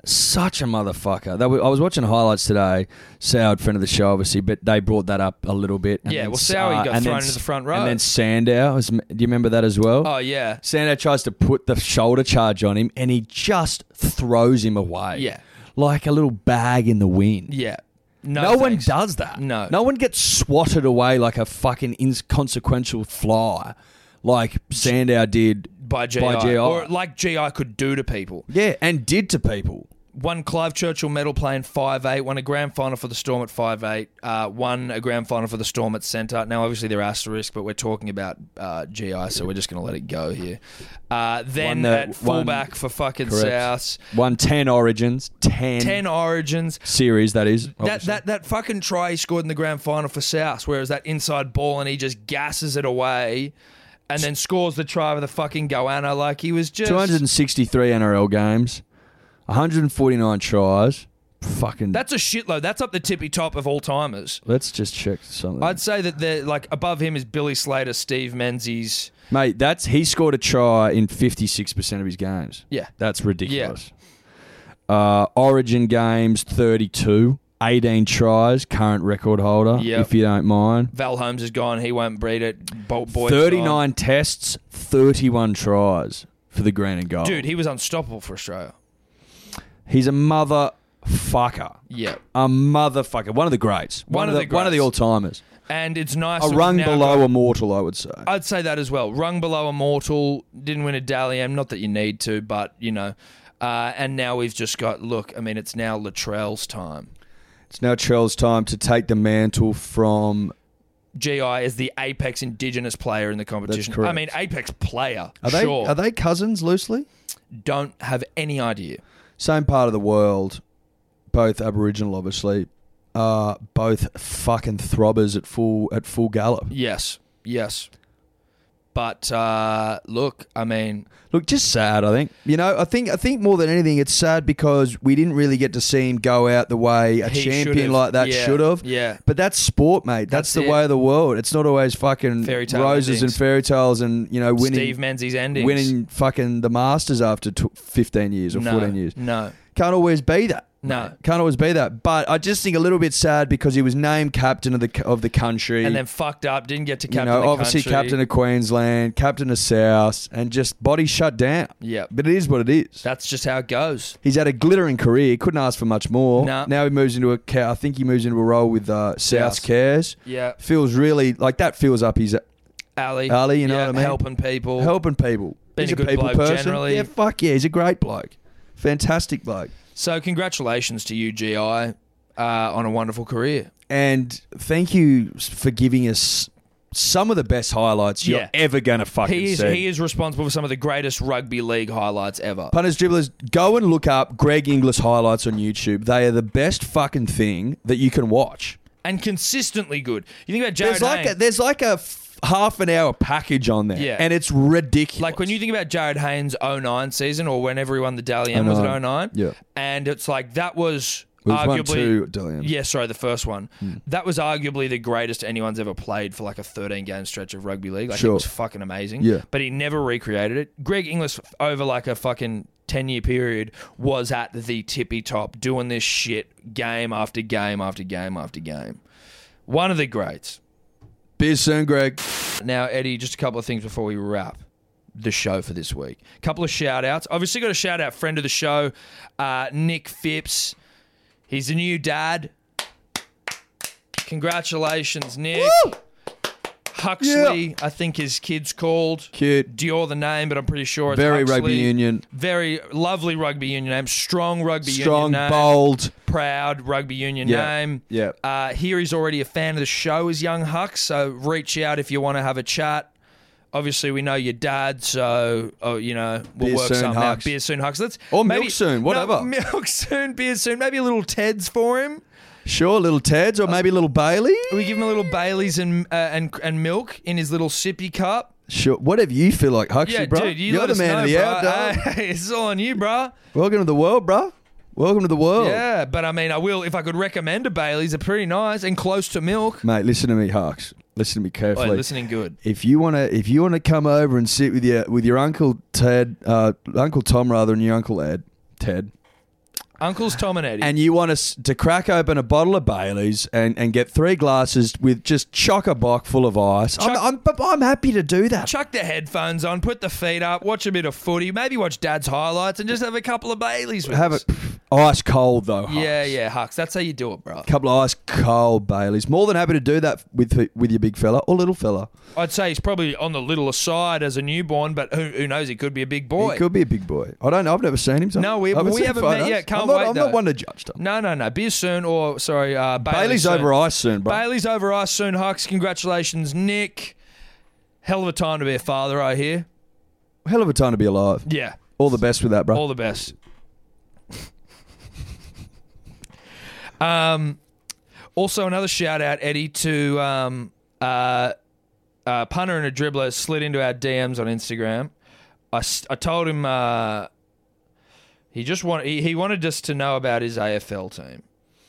S1: such a motherfucker. They were, I was watching highlights today. Soward, friend of the show, obviously, but they brought that up a little bit. and
S2: Yeah,
S1: then
S2: well, Soward got
S1: and
S2: thrown
S1: then
S2: into
S1: S-
S2: the front row.
S1: and then Sandow. was- Do you remember that as well?
S2: Oh yeah,
S1: Sandow tries to put the shoulder charge on him, and he just throws him away.
S2: Yeah.
S1: like a little bag in the wind.
S2: yeah. No,
S1: No, one
S2: thanks.
S1: does that.
S2: No.
S1: No one gets swatted away like a fucking inconsequential fly, like Sandow did.
S2: by GI,
S1: by GI.
S2: or like GI could do to people.
S1: Yeah, and did to people.
S2: won Clive Churchill medal playing 5'8, won a grand final for the Storm at 5'8, uh, won a grand final for the Storm at centre. Now, obviously, they're asterisk, but we're talking about uh, GI, so we're just going to let it go here. Uh,
S1: Won
S2: then
S1: the-
S2: at fullback for fucking
S1: Correct.
S2: South.
S1: Won ten origins, ten,
S2: 10 origins.
S1: series. That is
S2: That, that that fucking try he scored in the grand final for South, whereas that inside ball and he just gasses it away and then scores the try with a fucking goanna. Like he was just.
S1: two hundred and sixty-three NRL games, one hundred and forty-nine tries. Fucking.
S2: that's a shitload. That's up the tippy top of all timers.
S1: let's just check something,
S2: I'd say that the like above him is Billy Slater, Steve Menzies.
S1: mate. That's he scored a try in fifty-six percent of his games.
S2: Yeah.
S1: That's ridiculous. Uh, Origin games 32, 18 tries, current record holder,
S2: Yep.
S1: if you don't mind.
S2: Val Holmes is gone. He won't breed it. Bolt boy.
S1: 39 tests, 31 tries for the green and gold.
S2: Dude, he was unstoppable for Australia.
S1: He's a motherfucker.
S2: Yeah.
S1: A motherfucker. One of the greats.
S2: One of the
S1: one of the all
S2: greats.
S1: timers.
S2: And it's nice.
S1: A
S2: that
S1: rung
S2: we've now
S1: below
S2: got-
S1: immortal, I would say.
S2: I'd say that as well. Rung below immortal. Didn't win a Dally M. Not that you need to, but you know. Uh, and now we've just got. Look, I mean, it's now Latrell's time.
S1: It's now Charles' time to take the mantle from.
S2: Gi is the apex Indigenous player in the competition. I
S1: correct.
S2: mean, apex player.
S1: Are they
S2: sure.
S1: are they cousins loosely?
S2: Don't have any idea.
S1: same part of the world, both Aboriginal, obviously, are both fucking throbbers at full at full gallop.
S2: Yes, yes. But uh, look, I mean,
S1: Look, just sad. I think you know. I think I think more than anything, it's sad because we didn't really get to see him go out the way a
S2: He should've.
S1: champion like that
S2: Yeah,
S1: should have.
S2: yeah.
S1: But that's sport, mate. That's,
S2: That's
S1: the
S2: it.
S1: way of the world. It's not always fucking
S2: Fairy tale
S1: roses and
S2: endings.
S1: fairy tales and you know winning
S2: Steve Menzies endings.
S1: winning fucking the Masters after tw fifteen years or
S2: no,
S1: fourteen years.
S2: No,
S1: Can't always be that.
S2: no.
S1: Can't always be that, but I just think a little bit sad because he was named captain of the of the country,
S2: And then fucked up. Didn't get to
S1: you
S2: captain.
S1: know,
S2: the
S1: obviously
S2: country.
S1: captain of Queensland, captain of South, and just body shut down.
S2: Yep.
S1: but it is what it is.
S2: That's just how it goes.
S1: He's had a glittering career. Couldn't ask for much more.
S2: No.
S1: Now he moves into a ca- I think he moves into a role with uh, South
S2: South.
S1: Cares.
S2: Yeah,
S1: Feels really like that. Feels up. He's
S2: Ali.
S1: Ali, you know
S2: yeah,
S1: what I mean?
S2: Helping people.
S1: helping people.
S2: Been
S1: he's
S2: a
S1: a,
S2: good
S1: people
S2: bloke
S1: person.
S2: generally.
S1: Yeah, fuck yeah. He's a great bloke. Fantastic bloke.
S2: So congratulations to you, Gi, uh, on a wonderful career.
S1: and thank you for giving us some of the best highlights you're
S2: Yeah.
S1: ever going to fucking
S2: He is
S1: see.
S2: he is responsible for some of the greatest rugby league highlights ever.
S1: Punters, dribblers, go and look up Greg Inglis highlights on YouTube. They are the best fucking thing that you can watch.
S2: and consistently good. You think about Jared
S1: There's like
S2: Hayne.
S1: a, there's like a f- half an hour package on there,
S2: Yeah.
S1: and it's ridiculous.
S2: Like when you think about Jared Haynes' 09 season or when everyone the Dally M was at
S1: 09.
S2: 09.
S1: Yeah.
S2: And it's like that was
S1: It was one,
S2: arguably
S1: two, Dally M. Hmm.
S2: Yeah, sorry, the first one. That was arguably the greatest anyone's ever played for like a 13 game stretch of rugby league. Like it
S1: Sure.
S2: was fucking amazing.
S1: Yeah.
S2: But he never recreated it. Greg Inglis over like a fucking 10 year period was at the tippy top doing this shit game after game after game after game. One of the greats.
S1: Beer soon, Greg.
S2: Now, Eddie, just a couple of things before we wrap the show for this week. A couple of shout outs. Obviously, got a shout out friend of the show, uh, Nick Phipps. He's a new dad. Congratulations, Nick. Huxley, I think his kid's called.
S1: Cute.
S2: Dior, the name, but I'm pretty sure it's
S1: Very rugby
S2: Huxley.
S1: union.
S2: Very lovely rugby union name. Strong rugby
S1: Strong,
S2: union name
S1: bold.
S2: proud rugby union
S1: Yeah,
S2: name.
S1: yeah.
S2: Uh, here he's already a fan of the show, is young Huck. So reach out if you want to have a chat. Obviously, we know your dad, so oh, you know we'll
S1: Beer
S2: work
S1: soon,
S2: something out.
S1: Hucks.
S2: Beer soon, Hucks. Let's
S1: Or milk soon,
S2: no,
S1: whatever.
S2: milk soon, beer soon. Maybe a little Ted's for him.
S1: Sure, little Ted's or maybe little Bailey.
S2: Uh, We give him a little Bailey's and uh, and and milk in his little sippy cup.
S1: Sure, whatever you feel like, Huxley,
S2: Yeah,
S1: bro.
S2: dude, you
S1: are
S2: let
S1: the
S2: us
S1: man
S2: know,
S1: of the
S2: bro.
S1: hour, dog.
S2: Hey, it's all on you, bro.
S1: Welcome to the world, bro. Welcome to the world.
S2: Yeah, but I mean, I will if I could recommend a Bailey's. They're pretty nice and close to milk.
S1: Mate, listen to me, Hux. Listen to me
S2: Oh,
S1: carefully.
S2: listening good.
S1: If you wanna, if you wanna come over and sit with your with your uncle Ted, uh, Uncle Tom rather, and your uncle Ed, Ted,
S2: Uncle's Tom and Eddie.
S1: and you want us to crack open a bottle of Bailey's and, and get three glasses with just chock a block full of ice, I'm,
S2: Chock-
S1: I'm, but I'm happy to do that.
S2: Chuck the headphones on, put the feet up, watch a bit of footy, maybe watch Dad's highlights, and just have a couple of Baileys with
S1: Have
S2: us.
S1: it ice cold though. Hux.
S2: Yeah, yeah, Hucks. That's how you do it, bro.
S1: couple of ice cold Baileys. More than happy to do that with with your big fella or little fella.
S2: I'd say he's probably on the littler side as a newborn, but who, who knows? He could be a big boy.
S1: He could be a big boy. I don't know. I've never seen him. So
S2: No, we-
S1: I
S2: we
S1: seen
S2: haven't met
S1: photos.
S2: yet. Can't
S1: I'm not,
S2: wait,
S1: I'm not
S2: though.
S1: one to judge. Tom.
S2: No, no, no. Beer soon, or sorry, uh, Bailey's,
S1: Bailey's
S2: soon.
S1: over ice soon, bro.
S2: Bailey's over us soon, Hucks. Congratulations, Nick. Hell of a time to be a father, I hear.
S1: Hell of a time to be alive.
S2: Yeah,
S1: All the best with that, bro.
S2: all the best. um, also another shout out, Eddie, to um, uh, uh, punter and a dribbler slid into our DMs on Instagram. I, s- I told him uh, he just wanted he, he wanted us to know about his AFL team.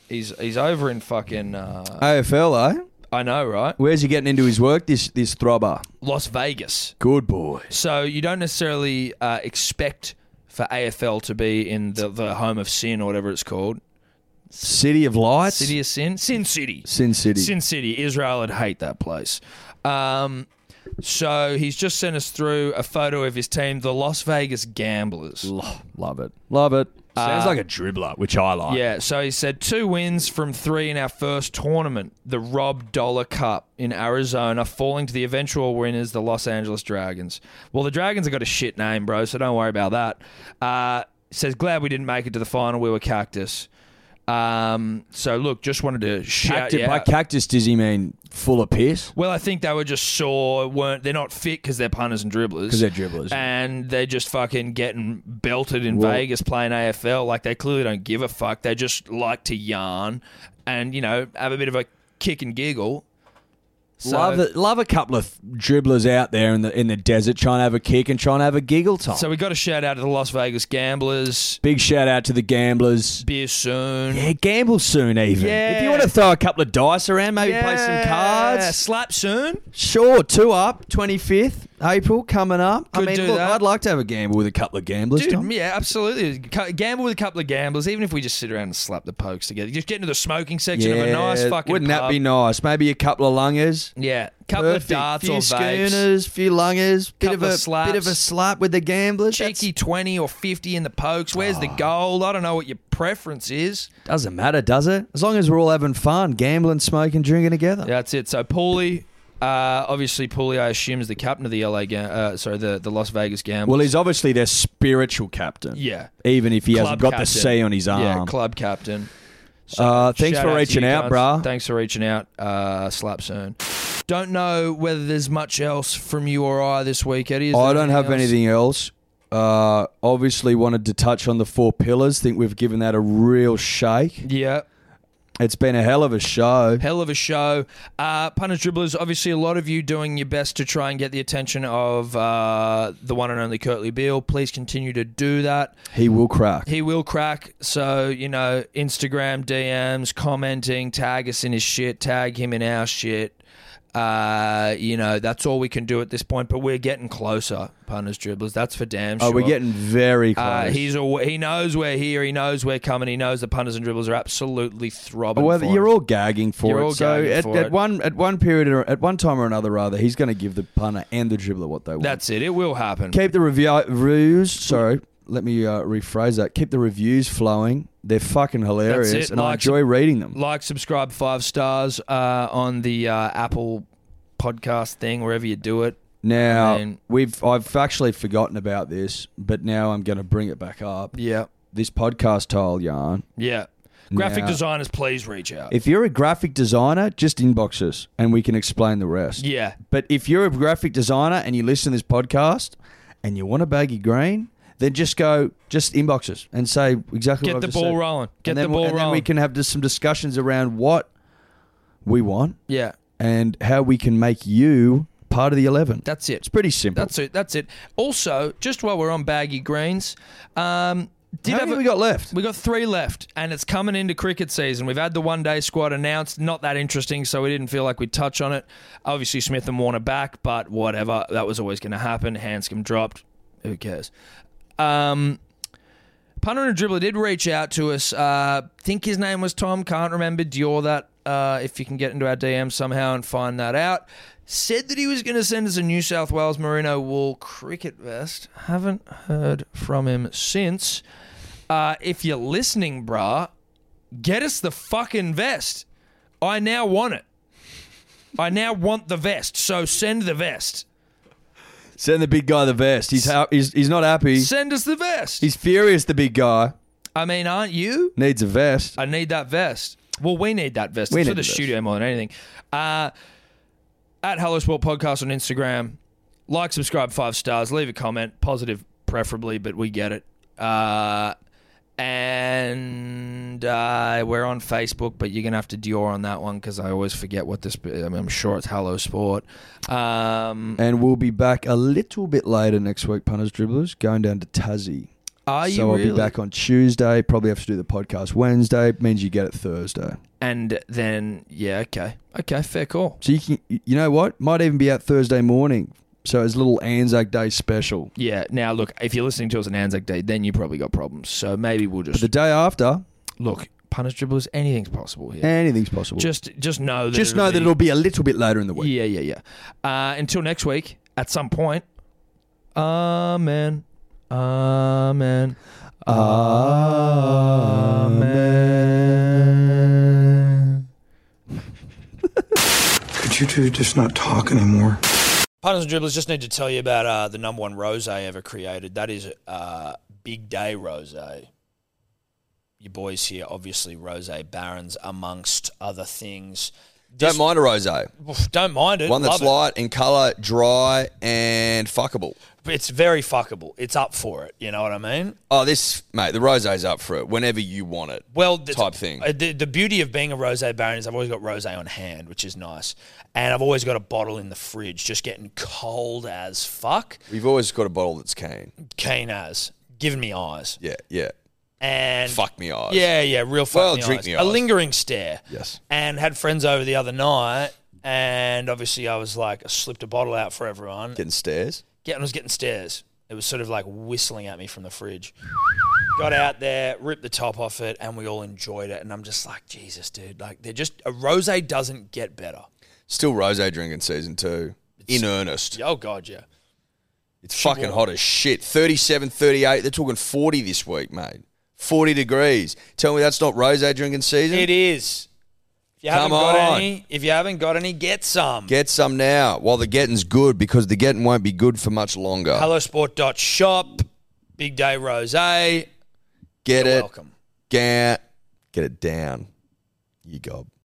S2: He's he's over in fucking uh,
S1: AFL, eh?
S2: I know right
S1: Where's he getting into his work? This this throbber.
S2: Las Vegas.
S1: Good boy.
S2: So you don't necessarily uh, expect for AFL to be in the, the home of sin or whatever it's called.
S1: City of lights.
S2: City of Sin, Sin City,
S1: Sin City.
S2: Sin City. Israel would hate that place. Um, so he's just sent us through a photo of his team, the Las Vegas Gamblers.
S1: Lo- Love it. Love it. Sounds
S2: Uh,
S1: like a dribbler, which I like.
S2: Yeah, so he said two wins from three in our first tournament, the Rob Dollar Cup in Arizona, falling to the eventual winners, the Los Angeles Dragons. Well, the Dragons have got a shit name, bro, so don't worry about that. Uh, says glad we didn't make it to the final. We were cactus. Um, so look, just wanted to shout
S1: Cactus,
S2: you
S1: By
S2: out.
S1: cactus, does he mean full of piss?
S2: Well, I think they were just sore. weren't They're not fit because they're punters and dribblers.
S1: 'Cause they're dribblers.
S2: and they're just fucking getting belted in
S1: Well-
S2: Vegas playing AFL. Like they clearly don't give a fuck. They just like to yarn and you know have a bit of a kick and giggle. So,
S1: love it. Love a couple of dribblers out there in the in the desert trying to have a kick and trying to have a giggle time.
S2: So we got a shout out to the Las Vegas Gamblers.
S1: Big shout out to the gamblers.
S2: Beer soon.
S1: Yeah, gamble soon, even. If
S2: Yeah.
S1: you want to throw a couple of dice around, maybe play some
S2: Yeah,
S1: cards.
S2: Slap soon.
S1: Sure, two up, 25th April coming up. I
S2: Could
S1: mean,
S2: do
S1: look,
S2: that.
S1: I'd like to have a gamble with a couple of gamblers.
S2: Dude,
S1: Tom.
S2: yeah, absolutely. Ca- Gamble with a couple of gamblers, even if we just sit around and slap the pokes together. Just get into the smoking section of a nice fucking
S1: Wouldn't that
S2: pub.
S1: be nice? Maybe a couple of lungers.
S2: Yeah, couple
S1: Perfect.
S2: of darts
S1: few
S2: or vapes.
S1: schooners, few lungers, bit
S2: Couple
S1: of a
S2: of slaps.
S1: bit of a slap with the gamblers.
S2: Cheeky 20 or 50 in the pokes. Where's
S1: Ah.
S2: the goal? I don't know what your preference is.
S1: That's- doesn't matter, does it? As long as we're all having fun, gambling, smoking, drinking together.
S2: That's it. So Paulie, uh, obviously Paulie, I assume is the captain of the LA, Ga- uh, sorry, the, the Las Vegas Gamblers.
S1: Well, he's obviously their spiritual captain.
S2: yeah,
S1: Even if he hasn't
S2: Club
S1: got the
S2: captain.
S1: C on his arm.
S2: yeah, club captain. So
S1: Uh, thanks
S2: shout
S1: for
S2: to
S1: reaching
S2: you
S1: out,
S2: guys.
S1: bruh.
S2: Thanks for reaching out. Uh, slap soon. Don't know whether there's much else from you or I this week, Eddie. Is
S1: Oh, I
S2: there
S1: don't have
S2: else?
S1: anything else. Uh, obviously, wanted to touch on the four pillars. Think we've given that a real shake.
S2: Yeah.
S1: It's been a hell of a show.
S2: Hell of a show. Uh, Punters Dribblers, obviously, a lot of you doing your best to try and get the attention of uh, the one and only Curtly Beale. Please continue to do that.
S1: He will crack.
S2: He will crack. So, you know, Instagram DMs, commenting, tag us in his shit, tag him in our shit. Uh, you know, that's all we can do at this point, but we're getting closer, punters, dribblers. That's for damn sure.
S1: Oh, we're getting very close.
S2: Uh, he's aw- he knows we're here. He knows we're coming. He knows the punters and dribblers are absolutely throbbing.
S1: well,
S2: for
S1: you're
S2: him.
S1: all gagging for
S2: You're
S1: it.
S2: all
S1: so
S2: gagging
S1: at,
S2: for
S1: at
S2: it.
S1: one at one period or at one time or another, rather, he's going to give the punter and the dribbler what they want.
S2: That's it. It will happen.
S1: Keep the review- reviews. Sorry, let me uh, rephrase that. Keep the reviews flowing. They're fucking hilarious,
S2: it,
S1: and I
S2: like-
S1: enjoy reading them.
S2: like, subscribe, five stars uh, on the uh, Apple podcast thing, wherever you do it.
S1: Now
S2: I mean-
S1: we've I've actually forgotten about this, but now I'm going to bring it back up.
S2: Yeah,
S1: This podcast tile yarn.
S2: yeah. Graphic
S1: Now-
S2: designers, please reach out.
S1: If you're a graphic designer, just inbox us and we can explain the rest.
S2: yeah,
S1: But if you're a graphic designer and you listen to this podcast and you want a baggy green, then just go, just inbox us and say exactly
S2: get
S1: what
S2: the
S1: I've just
S2: ball
S1: said.
S2: rolling. Get
S1: and
S2: the
S1: then,
S2: ball
S1: and
S2: rolling.
S1: then we can have just some discussions around what we want
S2: yeah,
S1: and how we can make you part of the 11.
S2: that's it.
S1: it's pretty simple.
S2: That's it. That's it. Also, just while we're on baggy greens, um, did
S1: how
S2: have
S1: many
S2: a-
S1: we got left?
S2: We got three left, and it's coming into cricket season. We've had the one day squad announced, not that interesting, so we didn't feel like we'd touch on it. Obviously, Smith and Warner back, but whatever. That was always going to happen. Hanscom dropped. Who cares? Um, punter and dribbler did reach out to us. Uh, think his name was Tom. Can't remember. Dior that. Uh, if you can get into our DM somehow and find that out, said that he was going to send us a New South Wales merino wool cricket vest. Haven't heard from him since. Uh, if you're listening, brah, get us the fucking vest. I now want it. I now want the vest. So send the vest.
S1: Send the big guy the vest. He's, ha- he's, he's not happy.
S2: Send us the vest.
S1: He's furious, the big guy.
S2: I mean, aren't you?
S1: Needs a vest.
S2: I need that vest. Well, we need that vest.
S1: We
S2: it's for
S1: need
S2: the
S1: the vest.
S2: studio more than anything. Uh, at Hello Sport Podcast on Instagram. Like, subscribe, five stars. Leave a comment, positive preferably, but we get it. Uh, and uh, we're on Facebook, but you're gonna have to Dior on that one because I always forget what this. I mean, I'm sure it's Hello Sport. Um,
S1: And we'll be back a little bit later next week, punters, dribblers, going down to Tassie.
S2: are you
S1: so I'll
S2: really?
S1: be back on Tuesday. Probably have to do the podcast Wednesday. Means you get it Thursday.
S2: And then yeah, okay, okay, fair call.
S1: So you can, you know what? Might even be out Thursday morning. So it's a little Anzac Day special.
S2: Yeah. Now look, if you're listening to us on Anzac Day, then you probably got problems. So maybe we'll
S1: But
S2: just
S1: the day after,
S2: look, punish dribblers, anything's possible here.
S1: anything's possible. Just,
S2: just just know that it'll
S1: know
S2: be,
S1: that it'll be a little bit later in the week.
S2: Yeah, yeah, yeah. Uh, until next week, at some point. Amen. Amen. Amen.
S5: Could you two just not talk anymore?
S2: Punters and dribblers just need to tell you about uh, the number one rose ever created. That is uh, Big Day Rose. Your boys here, obviously, Rose Barons, amongst other things.
S4: Don't mind a rosé.
S2: Oof, Don't mind it.
S4: One
S2: Love
S4: that's
S2: it.
S4: light in colour, dry, and fuckable.
S2: It's very fuckable. It's up for it. You know what I mean?
S4: Oh, this mate, the rosé's up for it whenever you want it.
S2: Well, the,
S4: Type thing.
S2: uh, The, the beauty of being a rosé baron is I've always got rosé on hand, which is nice, and I've always got a bottle in the fridge, just getting cold as fuck,
S4: We've always got a bottle that's keen.
S2: keen as, giving me eyes,
S4: Yeah, yeah.
S2: and
S4: Fuck me eyes.
S2: yeah, yeah, real fuck
S4: Well,
S2: me
S4: drink
S2: eyes.
S4: me
S2: a
S4: eyes.
S2: lingering stare.
S4: Yes.
S2: and had friends over the other night, and obviously I was like, I slipped a bottle out for everyone,
S4: Getting stares.
S2: getting I was getting stares. It was sort of like whistling at me from the fridge. Got out there, ripped the top off it, and we all enjoyed it. And I'm just like, Jesus, dude, like they're just a rose doesn't get better.
S4: Still rosé drinking season two. in earnest.
S2: Yeah, Oh god, yeah.
S4: It's fucking hot as shit. 37, 38. They're talking 40 this week, mate. 40 degrees. Tell me that's not rosé drinking season?
S2: It is. If you haven't
S4: Come
S2: got
S4: on.
S2: any, if you haven't got any, get some.
S4: Get some now while the getting's good because the getting won't be good for much longer.
S2: Hellosport.shop, big day rose. Get
S4: Get it.
S2: Welcome.
S4: Get, get it down. You gob.